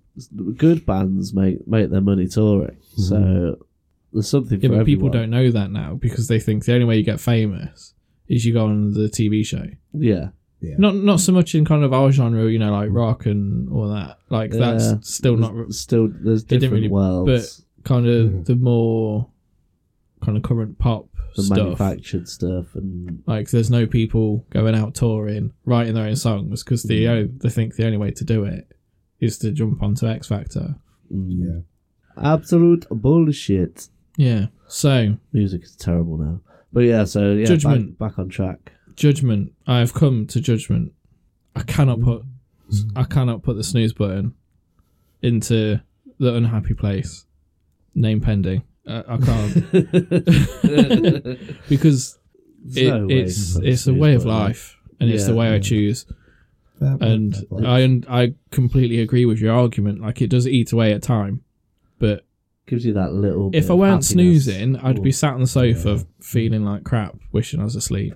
Good bands make make their money touring, so there's something
Mm-hmm. Yeah,
for
but people
everyone.
don't know that now because they think the only way you get famous is you go on the TV show.
Yeah,
Not not so much in kind of our genre, you know, like rock and all that. Like
Yeah.
that's still not
There's- still there's
didn't
different
really-
worlds,
kind of the more kind of current pop
Mm. the
stuff.
manufactured stuff, and
Like there's no people going out touring, writing their own songs because they
Mm.
o- they think the only way to do it is to jump onto X Factor.
mm,
Yeah.
absolute bullshit.
Yeah. So
Music is terrible now. But yeah, so yeah,
Judgment.
Back, back on track.
judgment. I have come to judgment. I cannot put I cannot put the snooze button into the unhappy place. Name pending. Uh, I can't
There's
because it,
no way
it's
you can
it's a
choose
way of
one.
life and it's the
Yeah,
way I
yeah.
choose.
Fair play,
And
fair play.
I un- I completely agree with your argument. Like it does eat away at time, but
Gives you that little. bit
if I
of
weren't
happiness.
snoozing, I'd be
Ooh.
sat on the sofa feeling like crap, wishing I was asleep.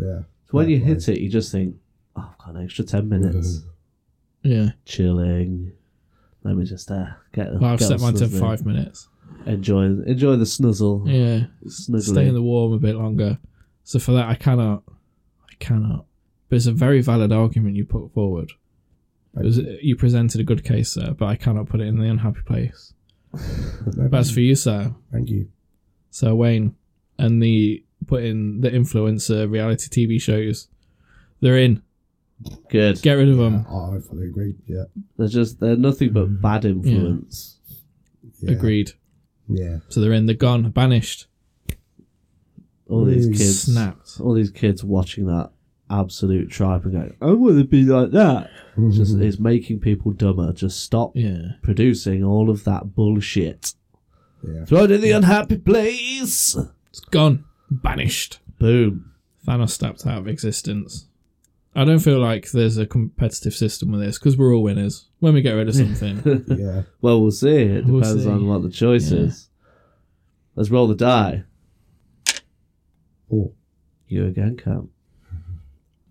yeah.
So when you
Yeah,
hit it, you just think, oh, "I've got an extra ten minutes,
Yeah,
chilling. Let me just uh, get."
well, I've
get
set
my
mine to
snuzzle in.
five minutes.
Enjoy, enjoy the snuzzle,
Yeah.
snuggling.
stay in the warm a bit longer. So for that, I cannot, I cannot. But it's a very valid argument you put forward. It was, you presented a good case, sir, but I cannot put it in the unhappy place.
No,
But as for you, sir,
Thank you.
Sir Wayne, and the putting the influencer reality TV shows, they're in.
Good.
Get rid of them.
Oh, I fully agree. Yeah.
They're just they're nothing but bad influence.
yeah.
Agreed.
Yeah.
So they're in. They're gone. Banished.
All these
Really
kids,
Snapped.
all these kids watching that absolute tribe and going, "I want to be like that."
Mm-hmm.
just it's making people dumber. Just stop
Yeah.
producing all of that bullshit.
Yeah.
Throw it in the unhappy place.
It's gone. Banished.
Boom.
Thanos snapped out of existence. I don't feel like there's a competitive system with this because we're all winners when we get rid of something.
Yeah.
Well, we'll see. It
We'll
depends
see.
on what the choice is. Let's roll the die.
Oh.
You again, Cam.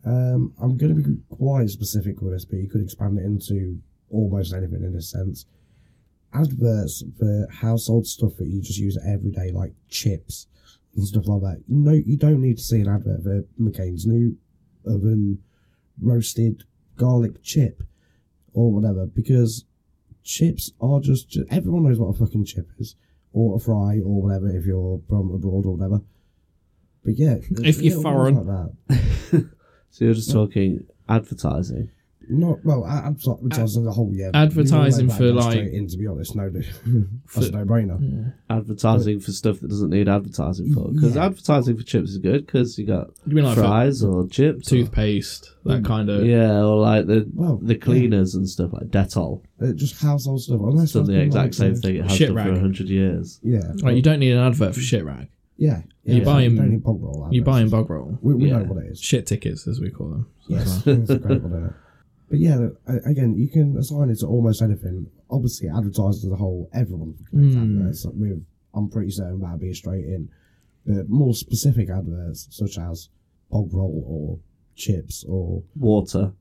Um, I'm going to be quite specific with this, but you could expand it into almost anything in a sense. Adverts for household stuff that you just use every day, like chips and stuff like that. No, you don't need to see an advert for McCain's new oven roasted garlic chip or whatever, because chips are just, ju- everyone knows what a fucking chip is, or a fry or whatever if you're from abroad or whatever. But yeah,
If you're
little things
foreign.
like that.
So you're
Oh.
just talking advertising.
No, well, a- advertising the whole year.
advertising for, like-
in, to be honest, no, dude. that's a no-brainer.
Advertising for stuff that doesn't need advertising for. Because
Yeah.
advertising for chips is good because you got
You mean like for
fries or chips. or-
toothpaste, that kind of.
yeah, or like the
Well,
the
yeah.
cleaners and stuff like Dettol.
Uh, just household stuff. Unless
It's done the
something
exact
like,
same
uh,
thing it has
Shit
done for
rag.
hundred years.
Yeah,
Like you don't need an advert for shit rag.
yeah, yeah.
you
yeah,
buy
you
him-
don't need bog roll
You buy in
adverts.
bog roll.
We, we
Yeah.
know what it is.
Shit tickets, as we call them.
Yes, that's a great one, isn't it? But yeah, look, a- again, you can assign it to almost anything. Obviously, advertising as a whole, everyone. can create
Mm.
adverts. Like, With, I'm pretty certain that'd be a straight in. but more specific adverts such as bog roll or chips or
Water.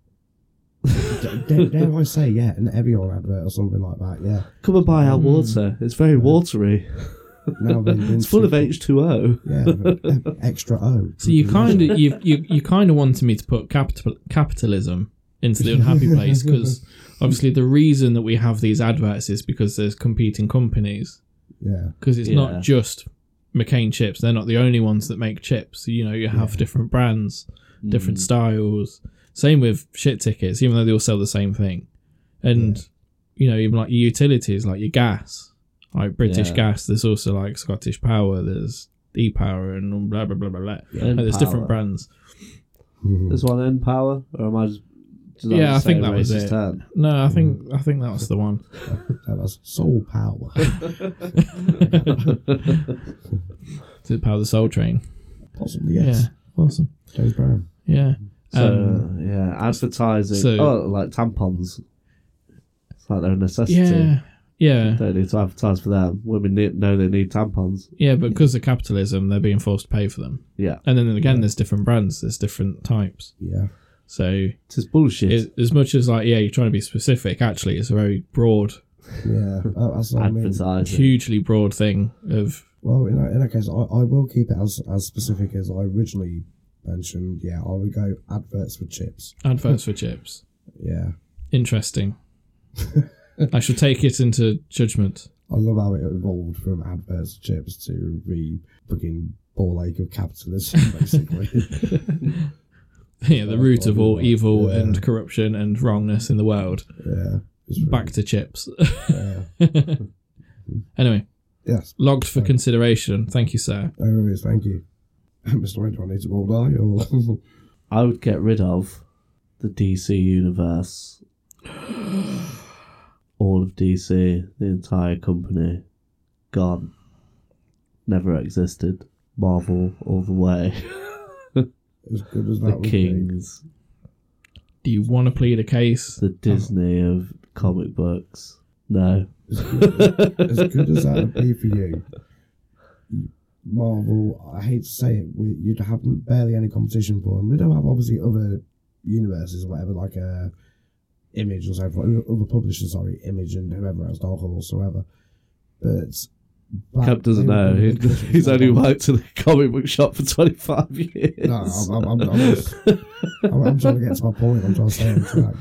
d- dare, dare I say yeah an Evian advert or something like that yeah
Come and buy our
Hmm.
Mm.
water. It's very watery.
now they've been
It's full of
super-
H2O.
yeah but extra O
So you
Mm-hmm.
kind of you you, you kind of wanted me to put capital capitalism into the unhappy place because obviously the reason that we have these adverts is because there's competing companies
yeah
because it's
Yeah.
not just McCain chips. They're not the only ones that make chips. You know, you have different brands, different
Mm.
styles. Same with shit tickets, even though they all sell the same thing. And you know, even like your utilities, like your gas, like British
Yeah.
gas. There's also like Scottish Power. There's E Power and blah blah blah blah blah.
N
Like, Mm. Oh, there's
power.
different brands.
Mhm.
There's one N power, or am I just? did
Yeah,
just
I
say
think that was
racist
it. Um,
Hand?
No, I think I think that was the one.
that was soul power
To power the soul train.
possibly yes
Yeah, awesome.
James Brown
Yeah.
So
Um,
yeah, advertising.
so-
oh, like tampons. It's like they're a necessity.
yeah. Yeah.
Don't need to advertise for them. Women need, know they need tampons.
Yeah, but because of capitalism, they're being forced to pay for them.
Yeah,
And then again, there's different brands, there's different types.
yeah
So
it's just bullshit.
it, as much as like, yeah, you're trying to be specific. Actually, it's a very broad,
yeah that- that's what I mean
advertising.
hugely broad thing of
Well, in that, in that case, I, I will keep it as, as specific as I originally mentioned. Yeah, I would go adverts for chips.
adverts for chips.
Yeah.
Interesting. I shall take it into judgment.
I love how it evolved from adverts for chips to the fucking ball ache of capitalism, basically.
Yeah, the root of all evil
Yeah.
and corruption and wrongness in the world.
yeah. It's really-
Back to chips.
Yeah.
anyway,
Yes.
logged for consideration. Thank you, sir.
No worries. Thank you. Mr. Wayne, do I need to roll die or?
I would get rid of the DC universe, all of DC, the entire company, gone, never existed. Marvel all the way.
as good as that
The
would be.
Kings,
Do you want to plead a case?
the Disney of comic books. No,
As good, as good as that would be for you. Marvel, I hate to say it, we, you'd have barely any competition for them. They don't have obviously other universes or whatever, like uh, Image or so forth, other publishers, sorry, Image and whoever else, Dark Horse, whoever. But that-
Cap doesn't
they
know.
would be
He-
ridiculous
He's
without
only
them.
worked in a comic book shop for 25 years.
No, I'm, I'm, I'm, I'm, just- I'm, I'm trying to get to my point. I'm trying to stay on track.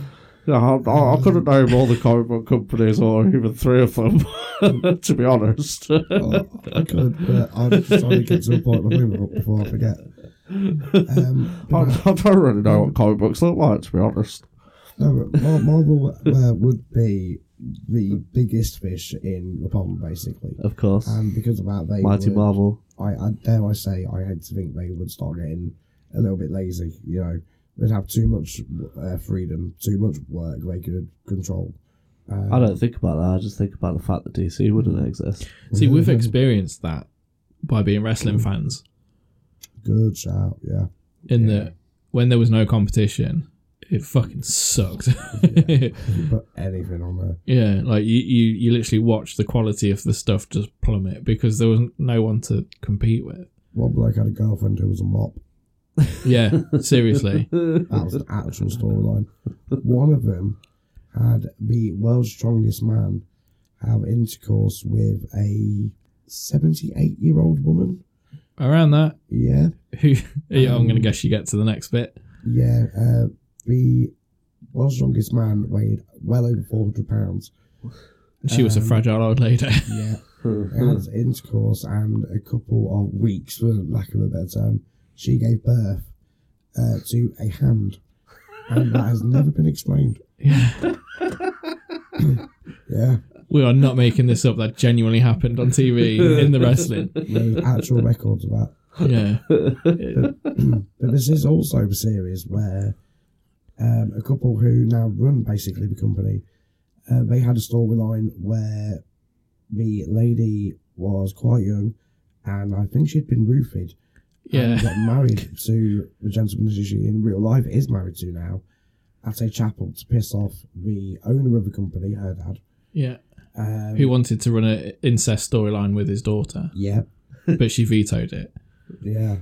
Yeah, I, I- I couldn't name all the comic book companies or even three of them, to be honest.
Well, I could, but I'm just trying to get to a point of my point before I forget. Um,
I, I don't really know what comic books look like, to be honest.
No, but Mar- Marvel uh, would be the biggest fish in the pond, basically.
Of course.
And because of that, they
Mighty
would-
Marvel.
I, I dare I say, I hate to think they would start getting a little bit lazy. You know, they'd have too much uh, freedom, too much work they could control. Um,
I don't think about that. I just think about the fact that DC wouldn't exist.
See, we've experienced that by being wrestling
Mm.
fans.
Good shout, yeah.
In that, when there was no competition, it fucking sucked.
You put anything on there.
yeah, like you, you, you literally watched the quality of the stuff just plummet because there was no one to compete with.
One bloke had a girlfriend who was a mop.
Yeah, seriously.
That was an actual storyline. One of them had the world's strongest man have intercourse with a 78 year old woman.
Around that,
Yeah.
who? Yeah, I'm
Um,
gonna guess you get to the next bit.
Yeah. Uh, the world's strongest man weighed well over 400 pounds.
She was a
Um,
fragile old lady.
Yeah. had intercourse and a couple of weeks, for lack of a better term, she gave birth uh, to a hand. And that has never been explained.
yeah.
Yeah.
We are not making this up. That genuinely happened on TV in the wrestling.
There's actual records of that.
Yeah.
But this is also a series where um, a couple who now run basically the company, uh, they had a storyline where the lady was quite young, and I think she'd been roofied.
Yeah.
And got married to the gentleman that she in real life is married to now, at a chapel to piss off the owner of the company, her dad.
Yeah.
Um,
Who wanted to run an incest storyline with his daughter,
Yeah,
but she vetoed it.
Yeah.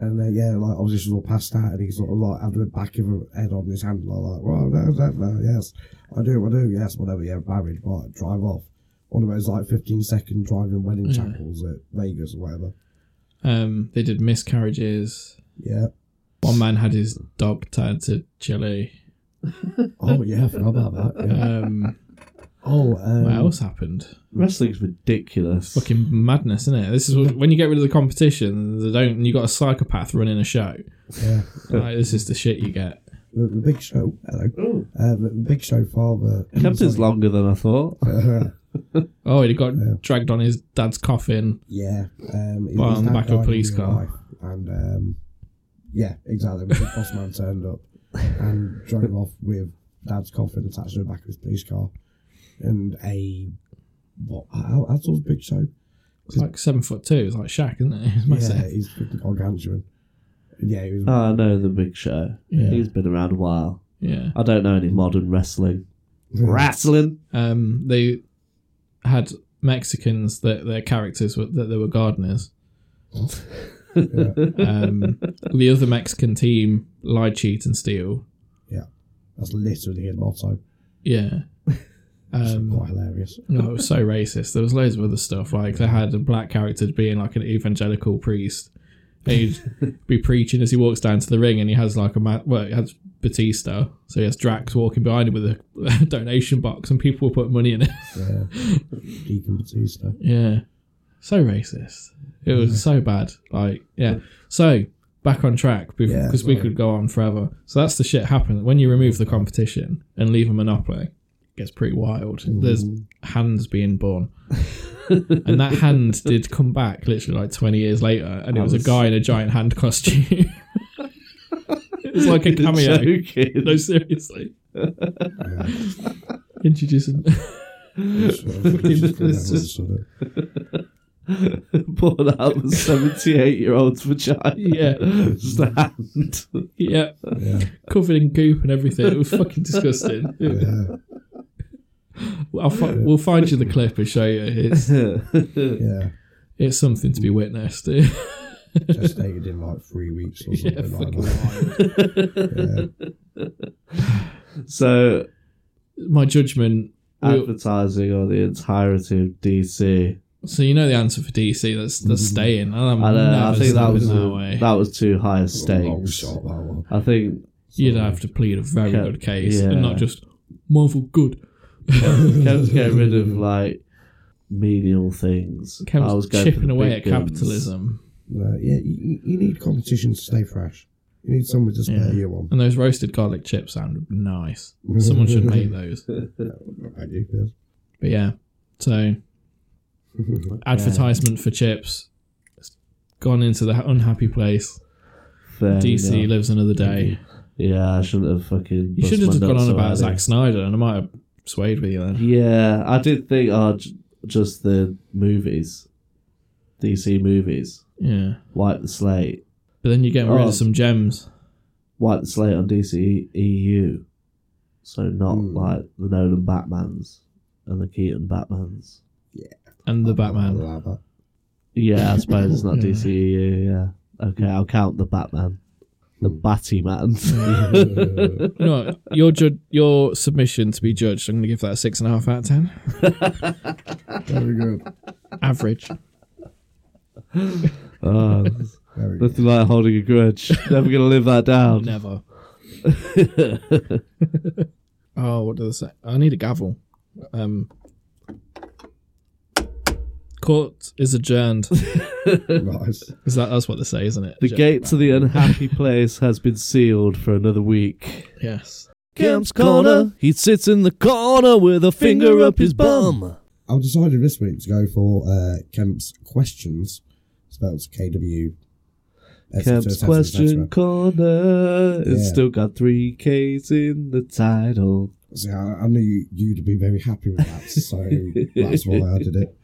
And uh, yeah, like I was just all passed out, and he sort of like had the back of her head on his hand, like, like well, no, no, no, yes, I do, I do, yes, whatever, yeah, married, right, drive off. One of those like 15 second driving wedding
Yeah.
chapels at Vegas or whatever.
Um, they did miscarriages.
Yeah.
One man had his dog turned to chili.
Oh, yeah, I forgot about that. Yeah.
Um,
Oh, um,
what else happened?
Wrestling's ridiculous.
Fucking madness, isn't it? This is what- when you get rid of the competition. They don't. You got a psychopath running a show.
yeah.
Like, this is the shit you get.
The, the big show, hello.
Ooh.
Um, the big show father.
Kemper's longer than I thought.
Oh, he got
Yeah.
dragged on his dad's coffin.
Yeah. Um, it
Well,
was
on the
that
back of a
guy
police
in real
car.
life, And um, yeah, exactly. When the boss man turned up and drove off with dad's coffin attached to the back of his police car and a what? How, that's all big show.
It's like seven foot two. It's like Shaq, isn't it? It's massive.
Yeah, he's freaking gargantuan. Yeah, he was.
Uh,
Oh, I know the big show.
Yeah.
He's been around a while.
Yeah.
I don't know any modern wrestling. Wrestling?
Um, they had Mexicans that their characters were that they were gardeners. um, the other Mexican team lie, cheat, and steal.
That's literally his motto.
Yeah. Um,
Quite hilarious.
no, it was so racist. There was loads of other stuff. Like they had a black character being like an evangelical priest. And He'd be preaching as he walks down to the ring, and he has like a ma- well, he has Batista, so he has Drax walking behind him with a donation box, and people will put money in it.
Yeah. Deacon Batista.
Yeah. So racist. It was so bad. Like, yeah. So, back on track because
Yeah,
we
sorry.
could go on forever. So, that's the shit happen. When you remove the competition and leave a monopoly, it gets pretty wild.
Mm.
There's hands being born. and that hand did come back literally like 20 years later, and it
I
was,
was-
a guy in a giant hand costume. it was like a
You're
cameo.
joking.
No, seriously. Introducing.
Mm-hmm. It's just-
Pulled out the 78 year old's vagina.
Yeah.
Just a hand.
Yeah.
Yeah,
covered in goop and everything. It was fucking disgusting.
yeah.
I'll fi- we'll find you the clip and show you. It's
Yeah,
it's something to be witnessed.
gestated in like three weeks or
Yeah,
something like
fucking
that.
Uh,
yeah.
so,
My judgment. we'll-
advertising on the entirety of DC.
so you know the answer for DC. That's that's staying. I'm
uh, I, don't know,
never
I think that was,
that
a-
way.
that was too high a
Oh, Long
stakes.
shot that one.
I think
You'd have to plead a very
Yeah.
good case
Yeah.
and not just Marvel good.
Kev's getting rid of like menial things. I
Kev's
was going for
chipping
the
away at
big guns.
capitalism.
No, yeah, you- you, you need competition to stay fresh. You need someone to spare
Yeah.
you one.
And those roasted garlic chips sound nice. Someone should make those.
I do, yes.
But yeah, so advertisement for chips. It's gone into the unhappy place.
Fair
DC
enough.
lives another day.
Yeah, I shouldn't have fucking.
You
bust
should have
my
just gone
nuts
on about
already.
Zack Snyder, and I might have swayed with you then.
Yeah, I did think, oh, j- just the movies, DC movies,
Yeah,
wipe the slate,
but then you're getting rid
Oh.
of some gems.
wipe the slate on DC EU, E so not
Hmm.
like the Nolan Batmans and the Keaton Batmans.
And the
I
Batman.
like that.
Yeah, I suppose it's not
Yeah.
DC EU. E Yeah, okay, I'll count the Batman, the Batty Man.
No, your ju- your submission to be judged. I'm going to give that a six and a half out of ten.
Very good.
Average.
Oh,
Very good.
nothing like holding a grudge. Never gonna live that down.
Never. oh, what do they say? I need a gavel. Um, court is adjourned.
Nice.
Is that that's what they say, isn't it?
The
Adjourned.
gate to the unhappy place has been sealed for another week.
Yes.
Kemp's corner. He sits in the corner with a finger up his bum.
I've decided this week to go for uh, Kemp's questions. Spells K W. et cetera, et
Kemp's
cetera, et cetera.
question corner. It's
Yeah.
still got three K's in the title.
See, I, I knew you, you'd be very happy with that, so that's why I did it.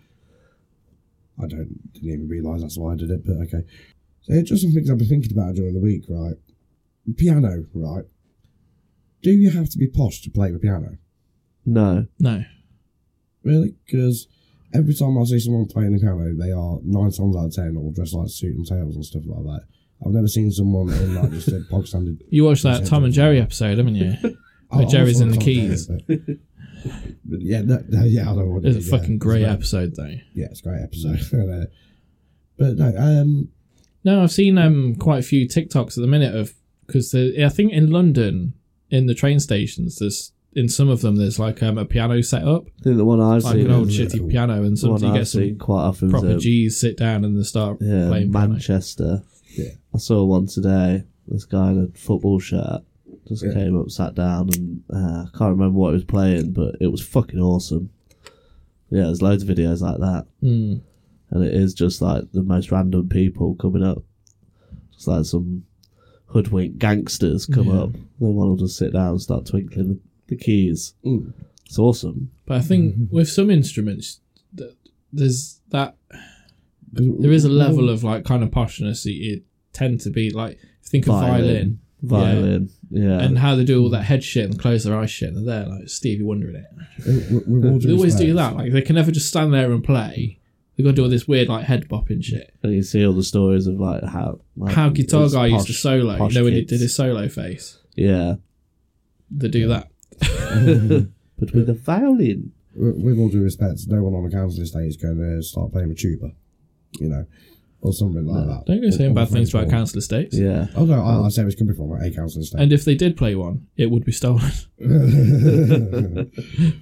I don't didn't even realise that's why I did it, but okay. So it's just some things I've been thinking about during the week, right? Piano, right? Do you have to be posh to play the piano?
No.
No.
Really? Because every time I see someone playing the piano, they are nine times out of ten all dressed like suit and tails and stuff like that. I've never seen someone in like just a bog standard.
You watched that Tom and Jerry episode, haven't you?
Oh,
Jerry's
I'm
in the
sorry, I'm
keys.
sorry, But, but yeah, no, no, yeah, I don't want
It's a fucking great
yeah,
episode, though.
Yeah, it's a great episode. And, uh, but no, um,
No, I've seen um quite a few TikToks at the minute of because I think in London in the train stations there's in some of them there's like um, a piano set up
I think the one I've
like
seen,
an old
the
yeah.
shitty piano and
one
sometimes you
I've
get
seen
some
quite often, is
proper
a-
G's sit down and they start
yeah,
playing piano.
Manchester.
Yeah.
I saw one today. This guy in a football shirt just
Yeah.
came up, sat down, and uh, I can't remember what he was playing, but it was fucking awesome. Yeah, there's loads of videos like that,
Mm.
and it is just like the most random people coming up, just like some hoodwink gangsters come
Yeah.
up. Then one will just sit down and start twinkling the, the keys.
mm,
It's awesome.
But I think with some instruments th- there's that
'cause-
there is a level of like kind of poshness. It, it tend to be like think of violin.
violin, yeah,
And how they do all that head shit and close their eyes shit, and they're like Stevie Wonder in it.
with- with all due
They always
respect,
do that. Like they can never just stand there and play. They gotta do all this weird like head bopping shit.
And you see all the stories of like how like,
How guitar
these
guy used
posh-
to solo, you
posh
know, when he
kids.
did his solo face.
Yeah,
They do that.
but with a violin.
With, with all due respect, no one on the council estate is going to start playing with tuba, you know, or something like that.
Don't go
Or-
saying
or
bad things
French
about
horn.
council estates.
Yeah,
Oh no, I, I say it's coming from a council estate.
And if they did play one, it would be stolen.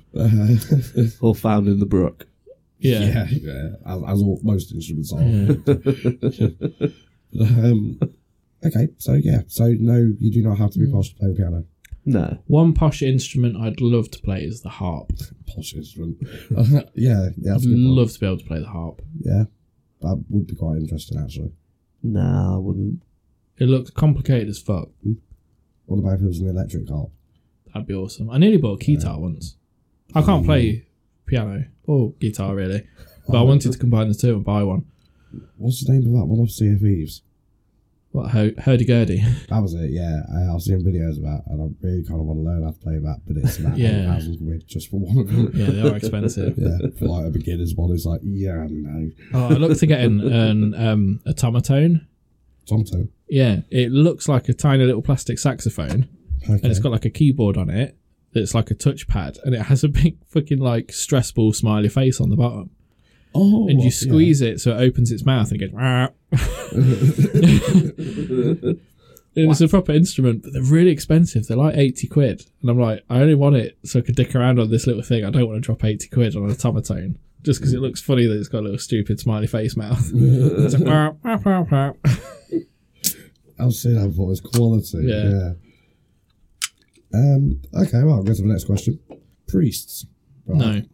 yeah,
or found in the brook.
yeah.
yeah, as, as all, most instruments are. um, okay, so yeah, so no, you do not have to
Mm.
be posh to play the piano.
No,
One posh instrument I'd love to play is the harp.
Posh instrument. yeah, yeah,
I'd
that's a good point.
love to be able to play the harp.
yeah, that would be quite interesting actually.
no, I wouldn't.
It looked complicated as fuck.
What about if it was an electric harp?
That'd be awesome. I nearly bought a guitar once. I can't play piano or guitar really, but I wanted to combine the two and buy one.
What's the name of that one off Sea of Thieves?
What hurdy gurdy?
That was it, yeah. I, I've seen videos about it, and I really kind of want to learn how to play that, but it's about
Yeah.
8,000 quid just for one of them.
Yeah, they are expensive.
Yeah, for like a beginner's one, it's like, yeah, no.
Oh, I looked to get an, an um, automaton.
Tomto.
Yeah, it looks like a tiny little plastic saxophone,
Okay.
and it's got like a keyboard on it. It's like a touchpad, and it has a big fucking like stress ball smiley face on the bottom.
oh,
And you
yeah.
squeeze it so it opens its mouth and it goes. "Rah." And it's a proper instrument, but they're really expensive. They're like eighty quid, and I'm like, I only want it so I could dick around on this little thing. I don't want to drop eighty quid on an automaton just because it looks funny that it's got a little stupid smiley face mouth. It's like, "Rah, rah, rah, rah."
I've seen that before. It's quality.
Yeah.
Yeah. Um. Okay. Well, I'll go to the next question. Priests. Right.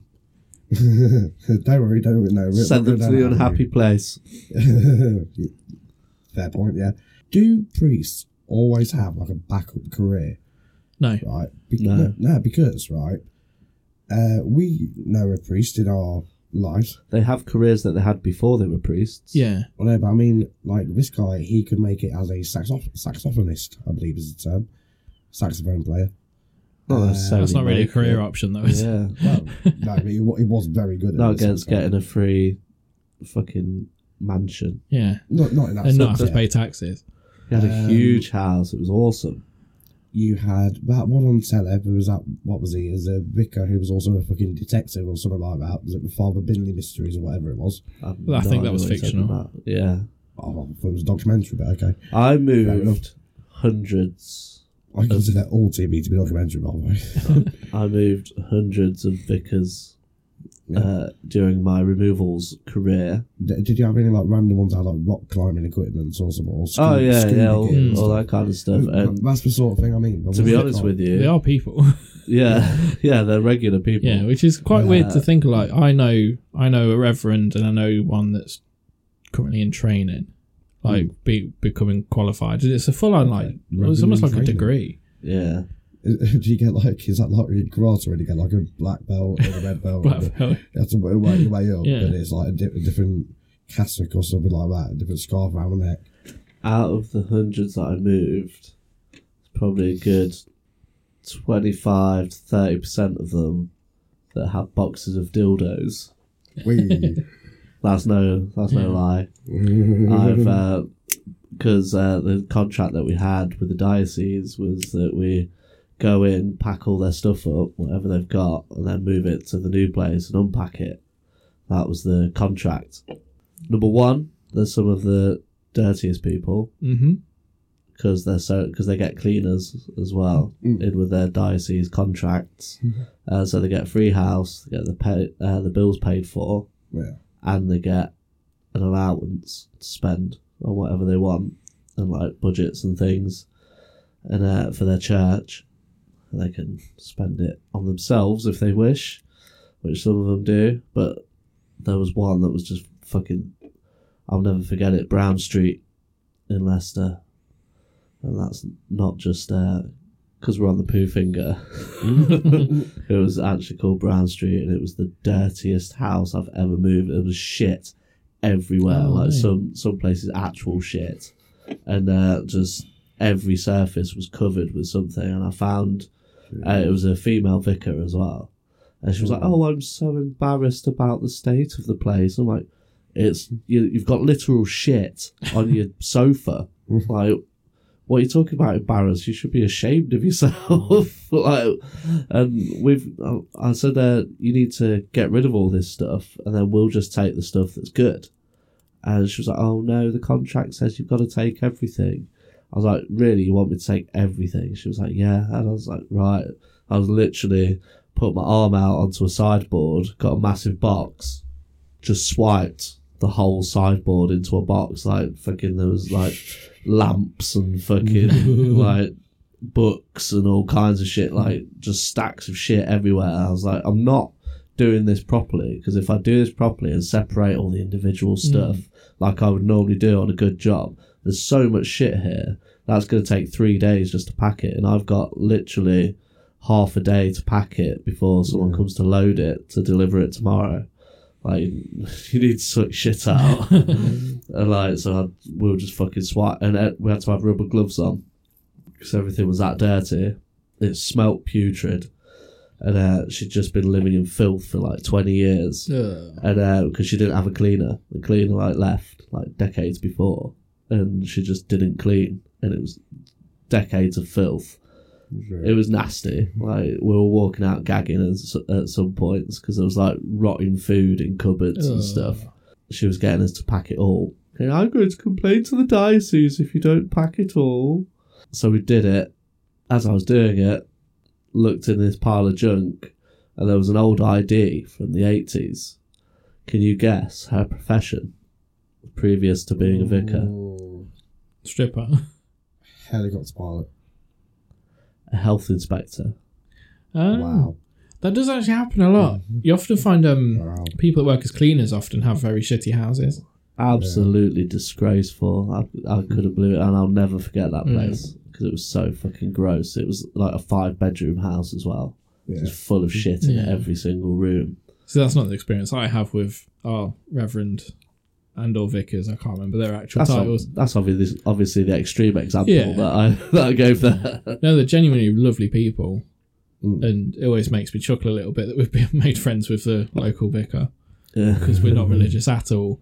No.
don't worry. Don't worry. No. we're-
Send
we're
them to
down
the
that
unhappy place.
avenue. Fair point. Yeah. Do priests always have like a backup career?
No.
Right. Be-
No.
no. no, Because right. Uh, we know a priest in our life.
They have careers that they had before they were priests.
Yeah.
Well, no, but I mean, like this guy, he could make it as a saxoph- saxophonist, I believe is the term, saxophone player.
Not
Uh,
necessarily
That's not really a
make
career
it.
option, though, is it?
Yeah,
Well, no, but he, wa- he was very good. At
not
this
against
as well.
getting a free fucking mansion.
Yeah.
not, not in that
And not have
sense.
to
yeah.
pay taxes.
He had
Um,
a huge house. It was awesome.
You had that one on Celeb who was that what was he? It was a vicar who was also a fucking detective or something like that. Was it the Father Binley Mysteries or whatever it was?
I, have
Well, I
no
think that
idea
was
what he's
fictional.
talking about. Yeah,
Oh, I thought it was a documentary, but okay.
I
enough.
moved hundreds.
I consider all TV to be documentary, by the way.
I moved hundreds of vicars
Yeah.
uh, during my removals career.
D- Did you have any like random ones that had like rock climbing equipment or something? Or scu-
oh yeah,
scuba
yeah, all,
gear and
all
stuff?
that kind of stuff.
Mm,
And
That's the sort of thing I mean.
to be honest with
They
you,
are people.
yeah, yeah, they're regular people.
yeah, which is quite weird to think. Like, I know, I know a reverend, and I know one that's currently in training, like be, becoming qualified. And It's a full on like. well,
Reverend
it's
in
almost like a
training.
degree.
yeah.
do you get like is that like Reed Grass where you get like a black belt and a red belt?
But
and a- You have to work work your way up,
Yeah.
but it's like a, di- a different cassock or something like that, a different scarf around the neck.
Out of the hundreds that I moved, probably a good twenty-five to thirty percent of them that had boxes of dildos.
We.
That's no, that's no lie. I've uh 'cause because uh, the contract that we had with the diocese was that we go in, pack all their stuff up, whatever they've got, and then move it to the new place and unpack it. That was the contract. Number one, they're some of the dirtiest people
Mm-hmm.
because they're so because they get cleaners as well in with their diocese contracts, uh, so they get free house, they get the pay, uh, the bills paid for,
Yeah.
and they get an allowance to spend on whatever they want and like budgets and things, and uh, for their church, they can spend it on themselves if they wish, which some of them do. But there was one that was just fucking, I'll never forget it. Brown Street in Leicester and that's not just because we're on the poo finger.
Mm.
it was actually called Brown Street, and it was the dirtiest house I've ever moved. It was shit everywhere,
Oh,
like
really?
some some places actual shit, and uh, just every surface was covered with something. And I found uh, it was a female vicar as well, and she was like, "Oh, I'm so embarrassed about the state of the place." I'm like. It's you, you've got literal shit on your sofa. Like what are you talking about embarrassed you should be ashamed of yourself like and we've i said uh, you need to get rid of all this stuff and then we'll just take the stuff that's good and she was like oh no the contract says you've got to take everything i was like really you want me to take everything she was like yeah and i was like right i was literally put my arm out onto a sideboard got a massive box just swiped the whole sideboard into a box. Like fucking, there was like lamps and fucking like books and all kinds of shit. Like just stacks of shit everywhere. I was like, I'm not doing this properly because if I do this properly and separate all the individual stuff like I would normally do on a good job, there's so much shit here. That's going to take three days just to pack it, and I've got literally half a day to pack it before someone comes to load it to deliver it tomorrow like you need to sort shit out. and like so, I, we were just fucking swat, and uh, we had to have rubber gloves on because everything was that dirty. It smelt putrid, and uh, she'd just been living in filth for like twenty years and because she didn't have a cleaner, the cleaner like left like decades before, and she just didn't clean, and it was decades of filth. It was nasty. Like we were walking out gagging as, at some points because there was like rotting food in cupboards
Ugh.
and stuff. She was getting us to pack it all. And I'm going to complain to the diocese if you don't pack it all. So we did it. As I was doing it, looked in this pile of junk, and there was an old ID from the 80s. Can you guess her profession previous to being a vicar?
Ooh.
Stripper.
Helicopter pilot.
A health inspector.
Oh,
Wow.
That does actually happen a lot. You often find um
Wow.
people that work as cleaners often have very shitty houses.
Absolutely disgraceful. I, I could have blew it, and I'll never forget that
Mm-hmm. Mm.
place because it was so fucking gross. It was like a five bedroom house as well. It
Yeah.
was full of shit in
Yeah.
every single room.
So that's not the experience I have with our Reverend and or Vicars. I can't remember their actual
That's, ob-
titles.
that's obviously, obviously the extreme example
Yeah.
that, I, that I gave there.
No, they're genuinely lovely people,
Mm.
and it always makes me chuckle a little bit that we've been made friends with the local vicar
yeah.
because we're not religious at all.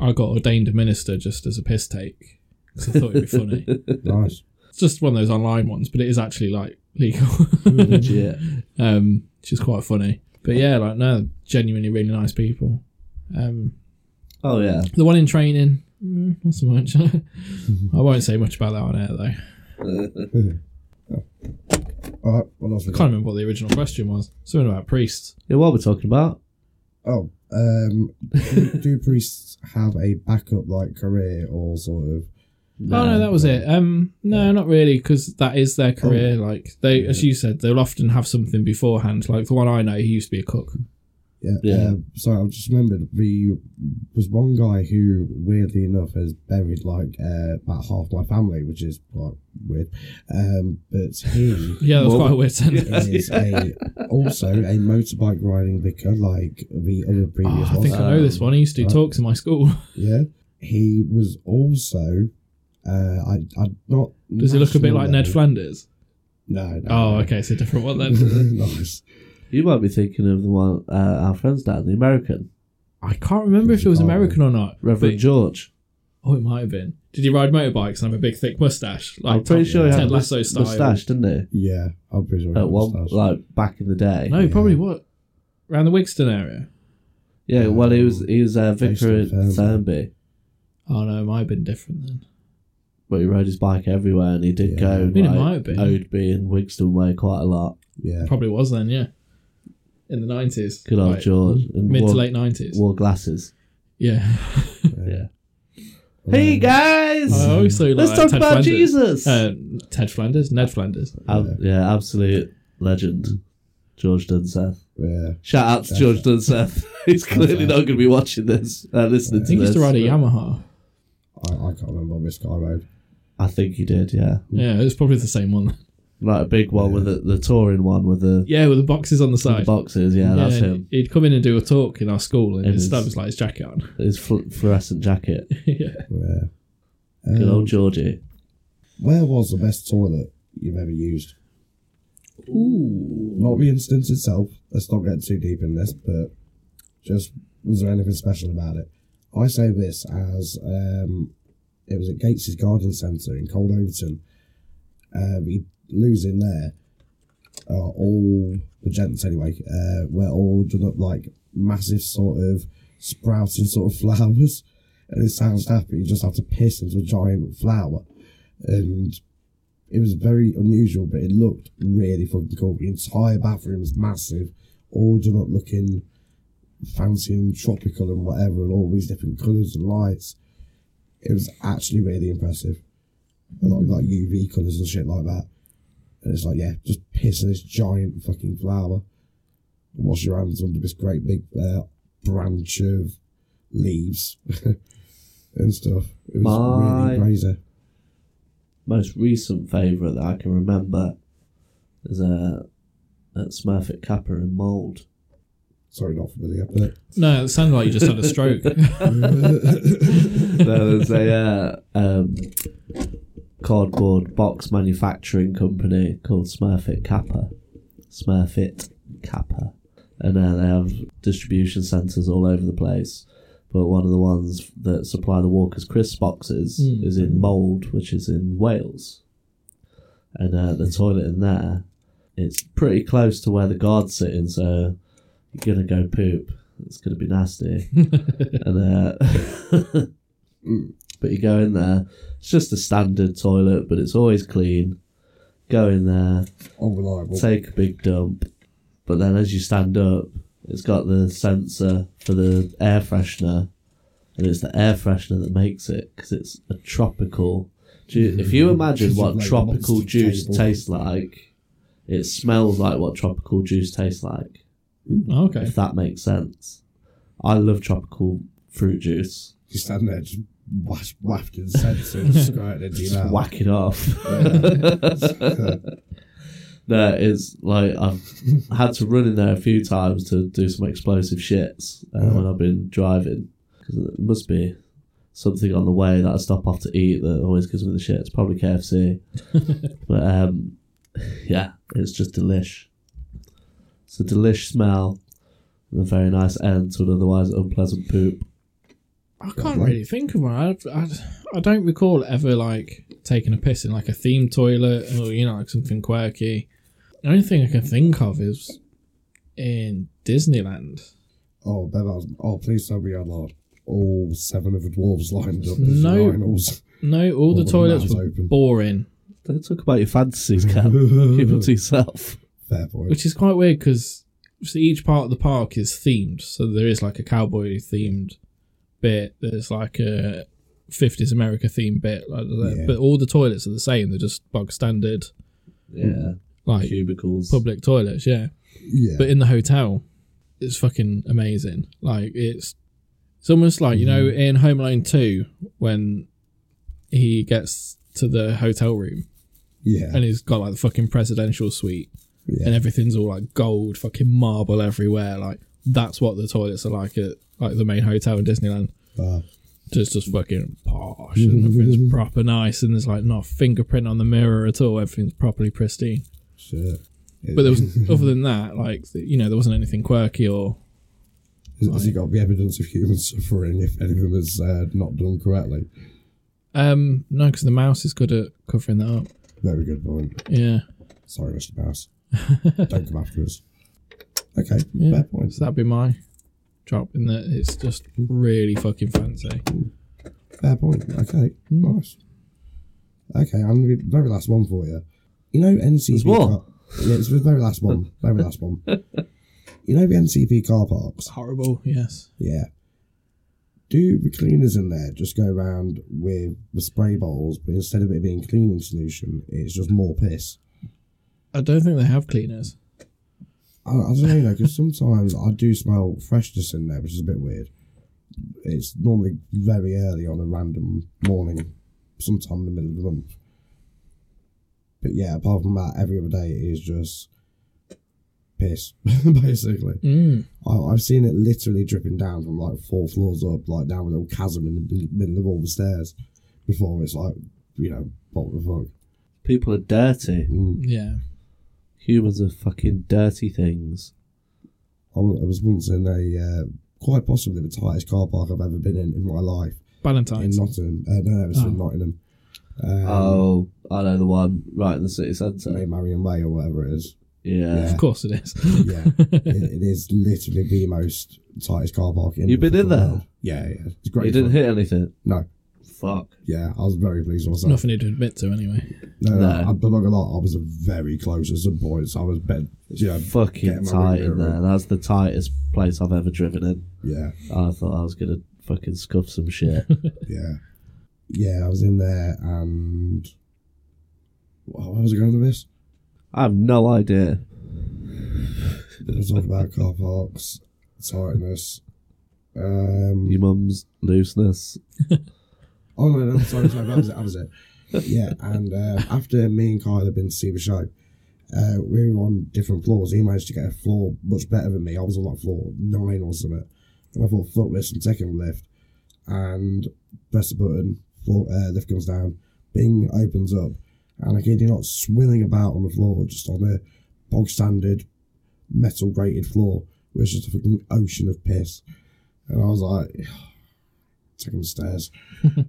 I got ordained a minister just as a piss take because I thought it'd be funny.
Nice.
It's just one of those online ones, but it is actually like legal.
Legit.
um, which is quite funny. But yeah, like no, genuinely really nice people. Um,
Oh, yeah.
the one in training, mm, not so much. I won't say much about that on air though.
All right. What else we
I
got?
can't remember what the original question was. Something about priests.
yeah. What are we talking about?
Oh, um, do, do priests have a backup like career or sort of?
oh no, that was it. Um, no, not really, because that is their career. Like they, as you said, they'll often have something beforehand. Like the one I know, he used to be a cook.
Yeah.
Yeah.
Um, so I just remembered the was one guy who, weirdly enough, has buried like uh, about half my family, which is quite weird. Um, but he
Yeah, that's
Well,
quite a weird sentence.
is a, also a motorbike riding vicar, like the other
Oh,
previous
I
one.
think I know this one. He used to do talks in my school.
Yeah. He was also. Uh, I, I not.
Does he look a bit
national
like Ned
level.
Flanders?
No. no
Oh,
no.
okay, so different one then.
nice.
You might be thinking of the one uh, our friend's dad, the American.
I can't remember if it was American or not.
Reverend
but-
George.
Oh, it might have been. Did he ride motorbikes and have a big thick mustache? Like
I'm pretty
Ted-
sure he had
Ted
a
Lasso
mous-
style.
moustache, didn't
Yeah, I'm pretty sure.
he? At one,
that's-
Uh, like back in the day.
No, probably what around the Wigston area.
Yeah, well, he was he was uh,
Based
vicar
in
at
Fairlie.
Thurnby,
Oh no, it might have been different then.
but he rode his bike everywhere, and he did
Yeah.
go.
I
mean, it
like,
might have been.
Oadby and Wigston Way quite a lot.
yeah,
Probably was then, yeah. In the nineties.
Good old George. And
Mid
wore,
to late nineties.
Wore glasses.
Yeah.
Yeah. Hey guys,
I also like
let's talk
Ted
about
Flanders.
Jesus.
Uh, Ted Flanders, Ned Flanders.
Ab- yeah, absolute legend, George Dunseth.
yeah.
Shout out to George Dunseth. He's clearly not going to be watching this, uh, listening
I
to
think he
this.
used to ride a Yamaha.
I, I can't remember which guy rode.
I think he did, yeah.
Yeah, it was probably the same one.
Like a big one with the, the touring one with the,
Yeah, with the boxes on the
the
side.
boxes. Yeah, that's
and
him.
He'd come in and do a talk in our school, and
It
his
is.
stuff was like his jacket on.
His fl- fluorescent jacket.
yeah.
Yeah.
Good
Um,
old Georgie.
Where was the best toilet you've ever used?
Ooh.
Not the instance itself. Let's not get too deep in this, but just was there anything special about it? I say this as um, it was at Gates' Garden Centre in Cold Overton. Um, you losing there are all the gents anyway. Uh, were all done up like massive sort of sprouting sort of flowers, and it sounds happy. You just have to piss into a giant flower, and it was very unusual, but it looked really fucking cool. The entire bathroom was massive, all done up looking fancy and tropical and whatever, and all these different colours and lights. It was actually really impressive. A lot of like UV colours and shit like that. And it's like, yeah, just piss in this giant fucking flower. Wash your hands under this great big uh, branch of leaves and stuff. It was
My-
really crazy.
Most recent favourite that I can remember is uh, at Smurf at Kappa in Mould.
Sorry, not familiar, but
No, it sounded like you just had a stroke.
there was a uh, um, cardboard box manufacturing company called Smurfit Kappa. Smurfit Kappa. And uh, they have distribution centres all over the place. But one of the ones that supply the Walker's crisp boxes
Mm.
is in Mould, which is in Wales. And uh, the toilet in there, it's pretty close to where the guard's sitting, so you're going to go poop. It's going to be nasty. and uh, but you go in there. It's just a standard toilet, but it's always clean. Go in there,
unreliable.
take a big dump, but then as you stand up, it's got the sensor for the air freshener, and it's the air freshener that makes it because it's a tropical. Ju- if you imagine
Mm-hmm. It's
what
like
tropical
monster
juice
table.
tastes like, it smells like what tropical juice tastes like
Oh, okay.
if that makes sense. I love tropical fruit juice.
You stand there just waft, wafting sense and just right into your
Just
mouth.
whack it off. no, it's like I've had to run in there a few times to do some explosive shits uh, when I've been driving. Because it must be something on the way that I stop off to eat that always gives me the shit. It's probably KFC. but um, yeah, it's just delish. It's a delish smell and a very nice end to an otherwise unpleasant poop.
I can't really think of one. I, I, I don't recall ever like taking a piss in like a themed toilet or you know like something quirky. The only thing I can think of is in Disneyland.
Oh, Ben, I was, oh, please tell me you're not. All seven of the dwarves lined up as
No.
urinals.
No, all
Well,
the
the
toilets
mouth's
were
open.
boring,
Don't talk about your fantasies, Cam. Keep them to yourself.
Fair point.
which is quite weird because each part of the park is themed. So there is like a cowboy themed bit. There's like a 50s America themed bit. Like that.
Yeah.
But all the toilets are the same. They're just bog standard,
Yeah,
like
cubicles.
public toilets. Yeah.
Yeah.
but in the hotel it's fucking amazing like it's it's almost like you
Mm-hmm.
know in home alone 2 when he gets to the hotel room
yeah.
and he's got like the fucking presidential suite
Yeah.
and everything's all like gold fucking marble everywhere like that's what the toilets are like at like the main hotel in disneyland
Uh,
just just fucking posh and everything's proper nice and there's like not a fingerprint on the mirror at all everything's properly pristine
shit.
but there was other than that like you know there wasn't anything quirky or
Has, has he got the evidence of human suffering if any of them is uh, not done correctly?
Um, no, because the mouse is good at covering that up.
Very good point.
Yeah,
Sorry, Mr. Mouse. Don't come after us. Okay,
Yeah.
fair point.
so that'd be my drop in that it's just really fucking fancy.
Fair point. Okay,
Hmm.
nice. Okay, I'm the very last one for you. You know NCP.
There's more?
Car- yeah, it's the very last one. Very last one. You know the NCP car parks.
Horrible, yes.
Yeah. Do the cleaners in there just go around with the spray bottles, but instead of it being cleaning solution, it's just more piss?
I don't think they have cleaners.
I, I don't know, you know, because sometimes I do smell freshness in there, which is a bit weird. It's normally very early on a random morning, sometime in the middle of the month. But yeah, apart from that, every other day is just piss, basically.
Mm.
I, I've seen it literally dripping down from like four floors up, like down a little chasm in the mid- middle of all the stairs before it's like, you know, what the fuck.
People are dirty.
Mm.
Yeah.
Humans are fucking dirty things.
I wa- I was once in a, uh, quite possibly the tightest car park I've ever been in in my life.
Valentine's.
In Nottingham. Uh, no, it was in
Oh.
Nottingham. Um,
oh, I know the one right in the city centre.
St. Marion Way or whatever it is.
Yeah.
Of course it is.
Yeah. it, it is literally the most tightest car park in
You've
the
been in
fucking
there?
world. Yeah, yeah. It's
You
great.
didn't
fun.
hit anything?
No.
Fuck.
Yeah, I was very pleased with
It's
myself.
nothing to admit to anyway.
No, no.
No.
I'm not gonna lie, I was very close at some points. I was bed. Yeah,
Fucking
Get my
tight
window
in there.
around.
That's the tightest place I've ever driven in.
yeah,
I thought I was gonna fucking scuff some shit.
yeah, yeah. I was in there, and Wha- where was I going with this?
I have no idea.
We were talking about car parks, tightness. Um,
Your mum's looseness.
Oh no, no, sorry, sorry, that was it, that was it. Yeah, and uh, after me and Kyle had been to see the show, uh, we were on different floors. He managed to get a floor much better than me. I was on like floor nine or something. And I thought, fuck this, I'm taking the lift. And press the button, floor, uh, lift comes down, bing, opens up. And I kid you not, swilling about on the floor, just on a bog standard metal grated floor, which is just a fucking ocean of piss. And I was like, taking the stairs.
Did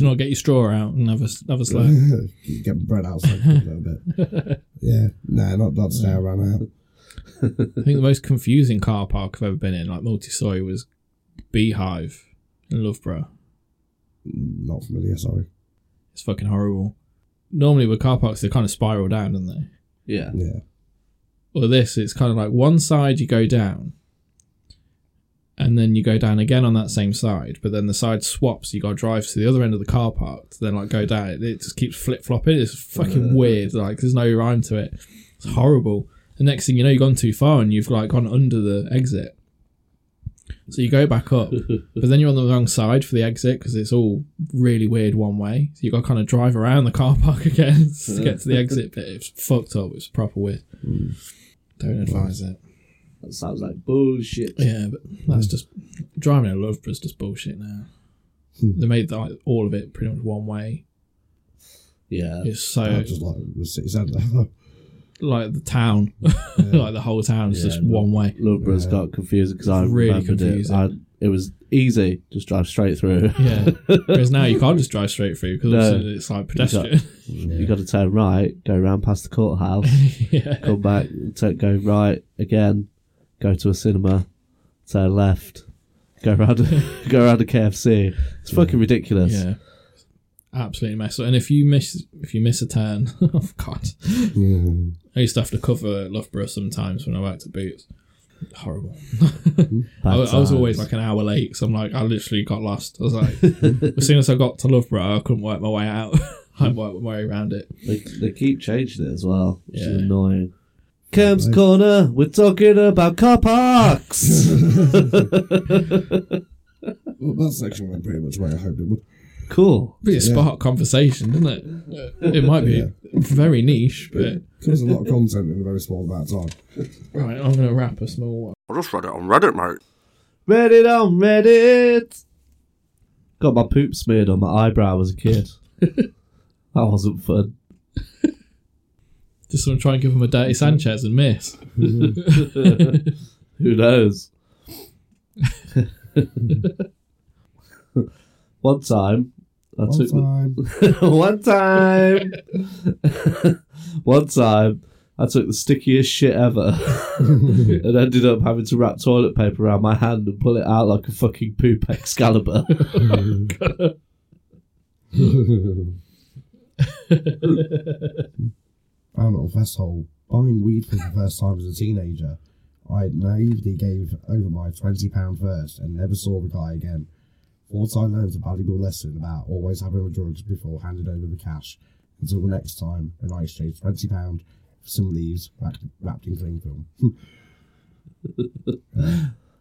you not get your straw out and have a, have a slurp?
Get bread outside for a little bit. Yeah, no, not not stay around out.
I think the most confusing car park I've ever been in, like multi-story, was Beehive in Loughborough.
Not familiar, sorry.
It's fucking horrible. Normally with car parks, they kind of spiral down, don't they?
Yeah.
Yeah,
Or this, it's kind of like one side you go down, and then you go down again on that same side, but then the side swaps. You got to drive to the other end of the car park to then like go down. It, it just keeps flip flopping. It's fucking weird. Like there's no rhyme to it. It's horrible. The next thing you know, you've gone too far and you've like gone under the exit. So you go back up, but then you're on the wrong side for the exit because it's all really weird one way. So you got to kind of drive around the car park again to get to the exit bit. It's fucked up. It's proper weird. Don't advise it.
That sounds like bullshit.
Yeah, but that's just driving in Lovebra's just bullshit now.
Hmm.
They made like all of it pretty much one way.
Yeah.
It's so
I just like the city centre.
like the town, like the whole town is
Yeah,
just
but-
one way.
Loughborough's
Yeah.
got confusing because I
It's really
remembered
confusing.
it. I, it was easy. Just drive straight through.
Yeah, whereas now you can't just drive straight through because
No.
it's like pedestrian.
You got to turn right, go round past the courthouse,
yeah,
come back, t- go right again, go to a cinema, turn left, go round, go round a KFC. It's fucking ridiculous.
yeah, absolutely messed up. And if you miss if you miss a turn, oh god,
Mm.
I used to have to cover Loughborough sometimes when I worked at Boots. Horrible.
Bad
I, I was always like
times.
an hour late, so I'm like, I literally got lost. I was like, as soon as I got to Loughborough, I couldn't work my way out. I worked my way around it.
They, they keep changing it as well, which
Yeah.
is annoying. Cam's Corner, we're talking about car parks.
Well, that section went pretty much where I hoped it would.
cool.
Be a spark conversation, didn't it? It might be
Yeah.
very niche, but
Covers a lot of content in a very small amount of time.
right, I'm gonna wrap a small one.
I just read it on Reddit, mate.
Reddit on Reddit. Got my poop smeared on my eyebrow as a kid. that wasn't fun.
Just want to try and give him a dirty Sanchez and miss.
Who knows? One time, I
One
took the-
time.
one time, one time, I took the stickiest shit ever and ended up having to wrap toilet paper around my hand and pull it out like a fucking poop Excalibur.
I don't know, first of all, buying weed for the first time as a teenager, I naively gave over my £20 first and never saw the guy again. What I learned a valuable lesson about always having my drugs before handing over the cash until the next time when I exchanged £20 for some leaves wrapped, wrapped in cling film.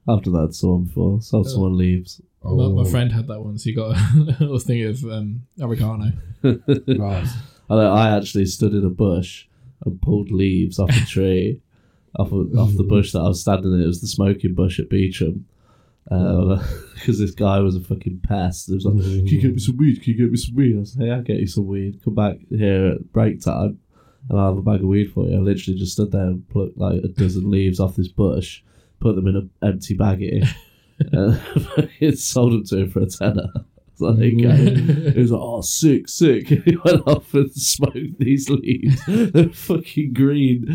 I've done that to someone before. So if someone leaves.
My, my
Oh,
friend had that once. He got a little thing of um, oregano.
Right.
I, know, I actually stood in a bush and pulled leaves off a tree, off, a, off the bush that I was standing in. It was the smoking bush at Beecham. Because this guy was a fucking pest. It was like, Can you get me some weed? Can you get me some weed? I was like, Hey, I'll get you some weed. Come back here at break time and I'll have a bag of weed for you. I literally just stood there and plucked like a dozen leaves off this bush, put them in an empty baggie, and fucking sold them to him for a tenner. It's like, there you go.
Mm.
He was like, oh, sick, sick. He went off and smoked these leaves. They're fucking green,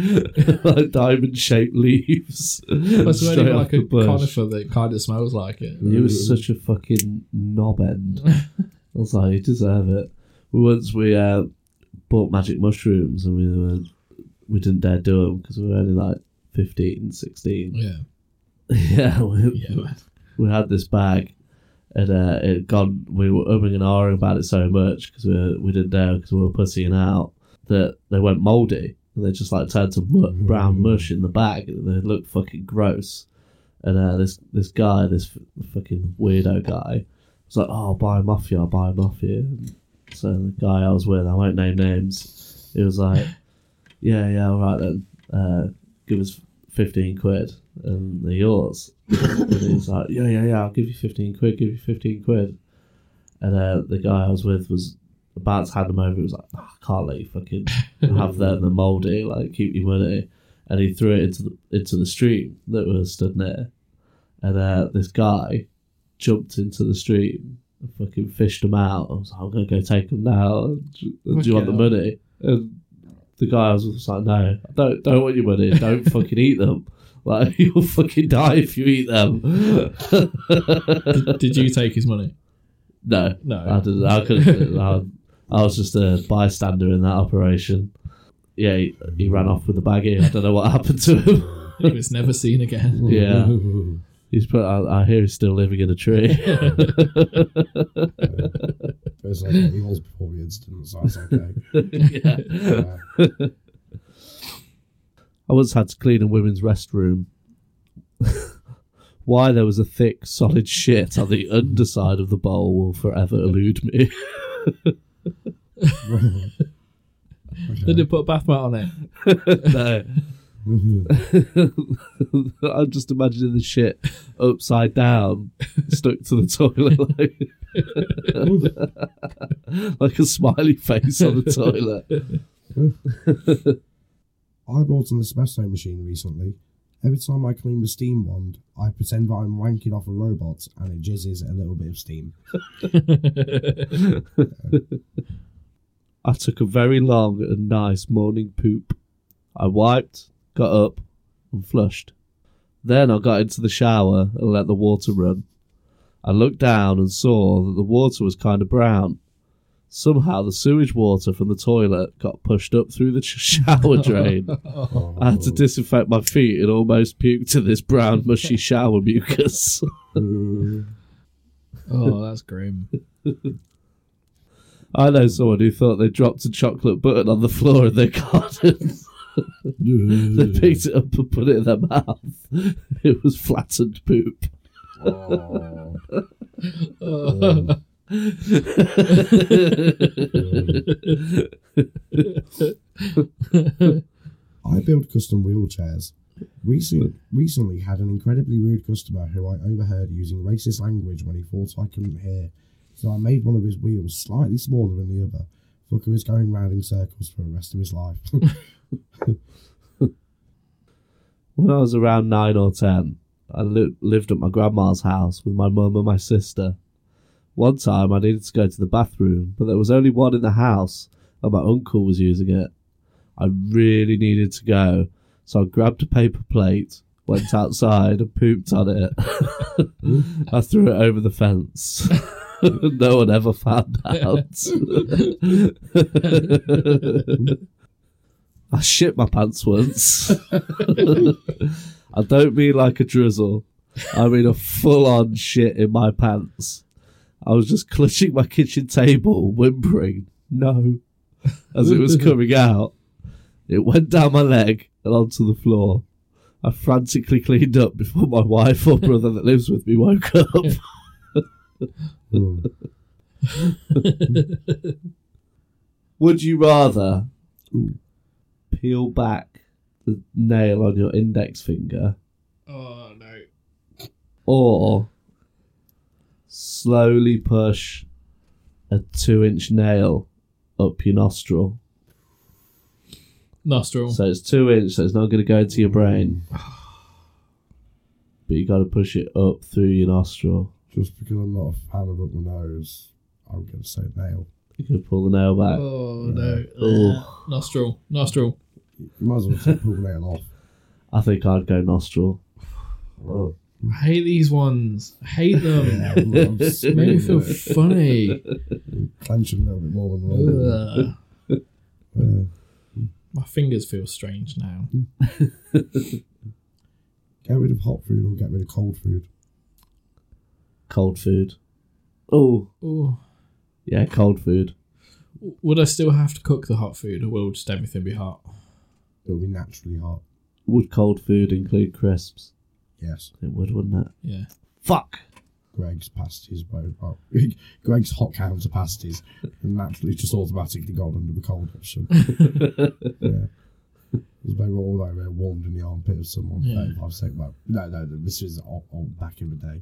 like diamond shaped leaves.
That's
Straight
only
off
like
the
a
bush.
conifer that kind of smells like it.
He was such a fucking knob end. I was like, you deserve it. Once we uh, bought magic mushrooms and we were, we didn't dare do them because we were only like 15, 16.
Yeah,
yeah, we,
yeah, man.
we had this bag and uh, it gone. We were umming and ahhing about it so much because we, were- we didn't know because we were pussying out that they went mouldy and they just like turned to mu- brown mush in the bag and they looked fucking gross. And uh, this this guy, this f- fucking weirdo guy, was like, "Oh, I'll buy them off you. I'll buy them off you." And so the guy I was with, I won't name names. He was like, "Yeah, yeah, all right then. Uh, give us fifteen quid and they're yours." And he was like, yeah, yeah, yeah, I'll give you 15 quid, give you 15 quid. And uh, the guy I was with was about to hand him over. He was like, "Ah, I can't let you fucking have that in the mouldy, like, keep your money. And he threw it into the, into the stream that was stood near. And uh, this guy jumped into the stream and fucking fished him out. I was like, I'm going to go take him now. Do, do you want the
Fucking
money? And the guy was just like, no, I don't, don't want your money. Don't fucking eat them. Like you'll fucking die if you eat them.
Did, did you take his money?
no,
No.
I didn't. I couldn't. do it. I, I was just a bystander in that operation. Yeah, he, he ran off with the baggie. I don't know what happened to him.
He was never seen again.
Yeah, he's. Put, I, I hear he's still living in a tree.
It was like, he was before the incident, so I was like, okay. Uh,
yeah.
Yeah.
I once had to clean a women's restroom. Why there was a thick, solid shit on the underside of the bowl will forever elude me.
They did put a bath mat on it.
no.
Mm-hmm.
I'm just imagining the shit upside down, stuck to the toilet like, like a smiley face on the toilet.
I bought an espresso machine recently. Every time I clean the steam wand, I pretend that I'm wanking off a robot and it jizzes a little bit of steam.
I took a very long and nice morning poop. I wiped, got up, and flushed. Then I got into the shower and let the water run. I looked down and saw that the water was kind of brown. Somehow the sewage water from the toilet got pushed up through the ch- shower drain. I had to disinfect my feet and almost puked in this brown, mushy shower mucus.
Oh, that's grim.
I know someone who thought they dropped a chocolate button on the floor in their garden. they picked it up and put it in their mouth. It was flattened poop.
I build custom wheelchairs. Recent, recently had an incredibly rude customer who I overheard using racist language when he thought I couldn't hear. So I made one of his wheels slightly smaller than the other. Fucker was going round in circles for the rest of his life.
When I was around nine or ten, I li- lived at my grandma's house with my mum and my sister. One time I needed to go to the bathroom, but there was only one in the house and my uncle was using it. I really needed to go, so I grabbed a paper plate, went outside and pooped on it. I threw it over the fence. no one ever found out. I shit my pants once. I don't mean like a drizzle. I mean a full on shit in my pants. I was just clutching my kitchen table, whimpering, no, as it was coming out. It went down my leg and onto the floor. I frantically cleaned up before my wife or brother that lives with me woke up. Would you rather peel back the nail on your index finger
Oh no.
or slowly push a two inch nail up your nostril?
Nostril.
So it's two inch, so it's not going to go into your brain. But you got to push it up through your nostril.
Just because I'm not a fan of up my nose, I'm going to say nail.
You can pull the nail back.
oh no.
Oh.
Nostril. Nostril.
You might as well take pull nail off.
I think I'd go nostril.
I hate these ones. I hate them.
I'm, I'm
It made me feel
squeezing it,
funny.
clenching a little bit more than normal.
Ugh.
Yeah.
My fingers feel strange now.
Get rid of hot food or get rid of cold food.
Cold food. Oh,
Ooh.
yeah, cold food.
Would I still have to cook the hot food, or will just everything be hot?
It'll be naturally hot.
Would cold food include crisps?
Yes.
It would, wouldn't it?
Yeah.
Fuck!
Greg's pasties, bo- oh, Greg's hot counter pasties, and naturally just automatically gone under the cold option. yeah. Because they were all over warmed in the armpit of someone.
Yeah.
Yeah. I've said, well, no, no, this is on, on back in the day.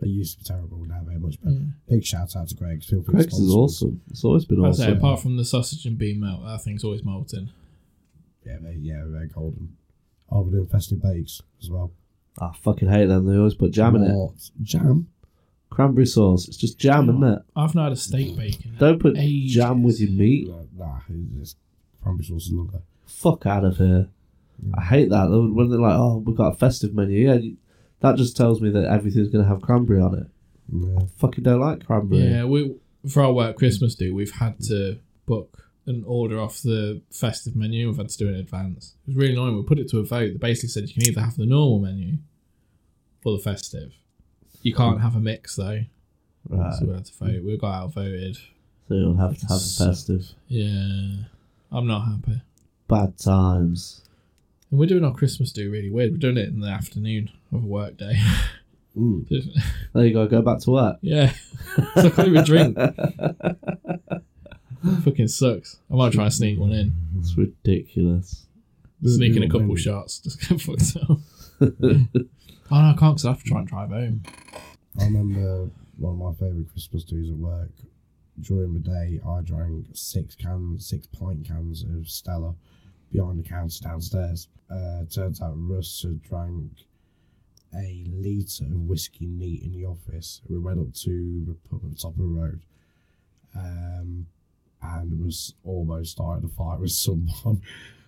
They used to be terrible, now they're much better.
Mm.
Big shout out to Greg's. Feel free to
Greg's is
sponsor us.
awesome. It's always been
I say,
awesome.
apart from the sausage and bean melt, that thing's always molten.
Yeah, they, yeah, they're golden. Oh, we're doing festive bakes as well.
I fucking hate them. They always put jam in it.
What? Jam?
Cranberry sauce. It's just jam, isn't it?
I've not had a steak bacon.
Don't put
Ages.
jam with your meat.
No, Nah, it's just cranberry sauce and love
Fuck out of here. I hate that. Though, When they're like, oh, we've got a festive menu. Yeah, you- that just tells me that everything's going to have cranberry on it.
Yeah.
Fucking don't like cranberry.
Yeah, we for our work Christmas do, we've had to book an order off the festive menu. We've had to do it in advance. It was really annoying. We put it to a vote. They basically said you can either have the normal menu or the festive. You can't have a mix though.
Right.
So we had to vote. We got outvoted.
So you'll have to have a
So-
festive.
Yeah, I'm not happy.
Bad times.
And we're doing our Christmas do really weird. We're doing it in the afternoon of a work day.
Mm.
There you go. Go back to work.
yeah, so I can't even drink. Fucking sucks. I might try and sneak one in.
It's ridiculous.
Sneaking a
Yeah,
couple
maybe.
shots, just get fucked up. oh no, I can't because I have to try and drive home.
I remember one of my favourite Christmas do's at work. During the day, I drank six cans, six pint cans of Stella behind the counter downstairs. Uh, turns out Russ had drank a litre of whiskey neat in the office. We went up to the pub at the top of the road. Um, and Russ almost started a fight with someone.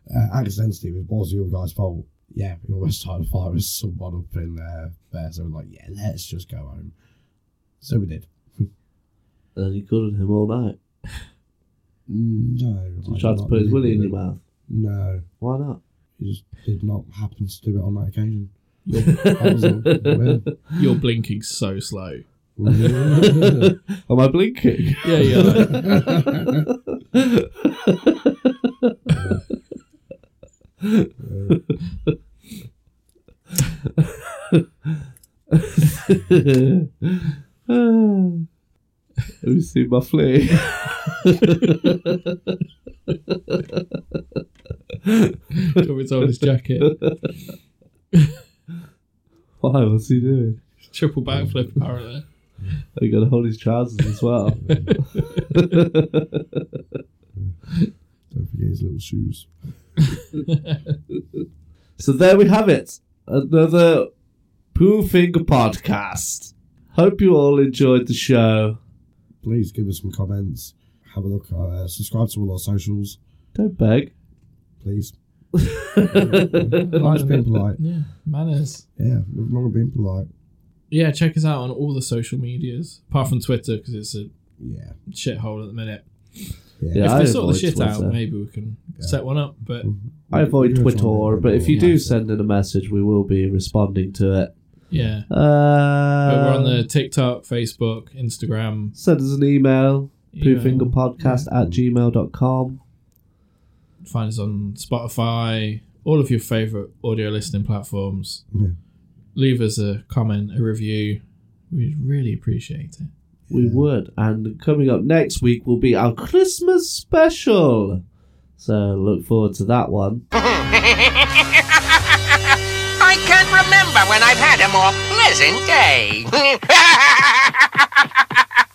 Uh, accidentally, it was the other guy's fault. Yeah, we almost started a fight with someone up in there. there so we're like, yeah, let's just go home. So we did.
And you gutted him all night.
Mm, No.
You
I
tried
do
to
not
put his
believe
willy in
it.
your mouth.
No,
Why not?
he just did not happen to do it on that occasion. That was all. Yeah.
You're blinking so slow.
Am I blinking?
Yeah, yeah. Like,
Have you seen my flea?
Took his on his jacket.
Why? What's he doing?
Triple backflip apparently.
He got to hold his trousers as well.
Don't forget his little shoes.
so there we have it. Another Poofing Podcast. Hope you all enjoyed the show.
Please give us some comments. Have a look. Uh, subscribe to all our socials,
Don't beg.
please. Life's been polite.
Yeah, manners.
Yeah, we've not been polite.
Yeah, check us out on all the social medias, apart from Twitter because it's a
Yeah.
shithole at the minute.
Yeah,
if
I
they sort the
avoid
shit out,
Twitter. Mm.
maybe we can set one up. But
I avoid
You're
Twitter,
trying to-
but if you do
Yeah.
send in a message, we will be responding to it.
yeah,
Uh,
but we're on the
Um,
TikTok, Facebook, Instagram.
Send us an email,
you know,
poofingerpodcast at gmail.com.
Find us on Spotify, all of your favorite audio listening platforms.
Yeah.
Leave us a comment, a review. We'd really appreciate it.
We would. And coming up next week will be our Christmas special. So look forward to that one.
I can't remember when I've had a more pleasant day.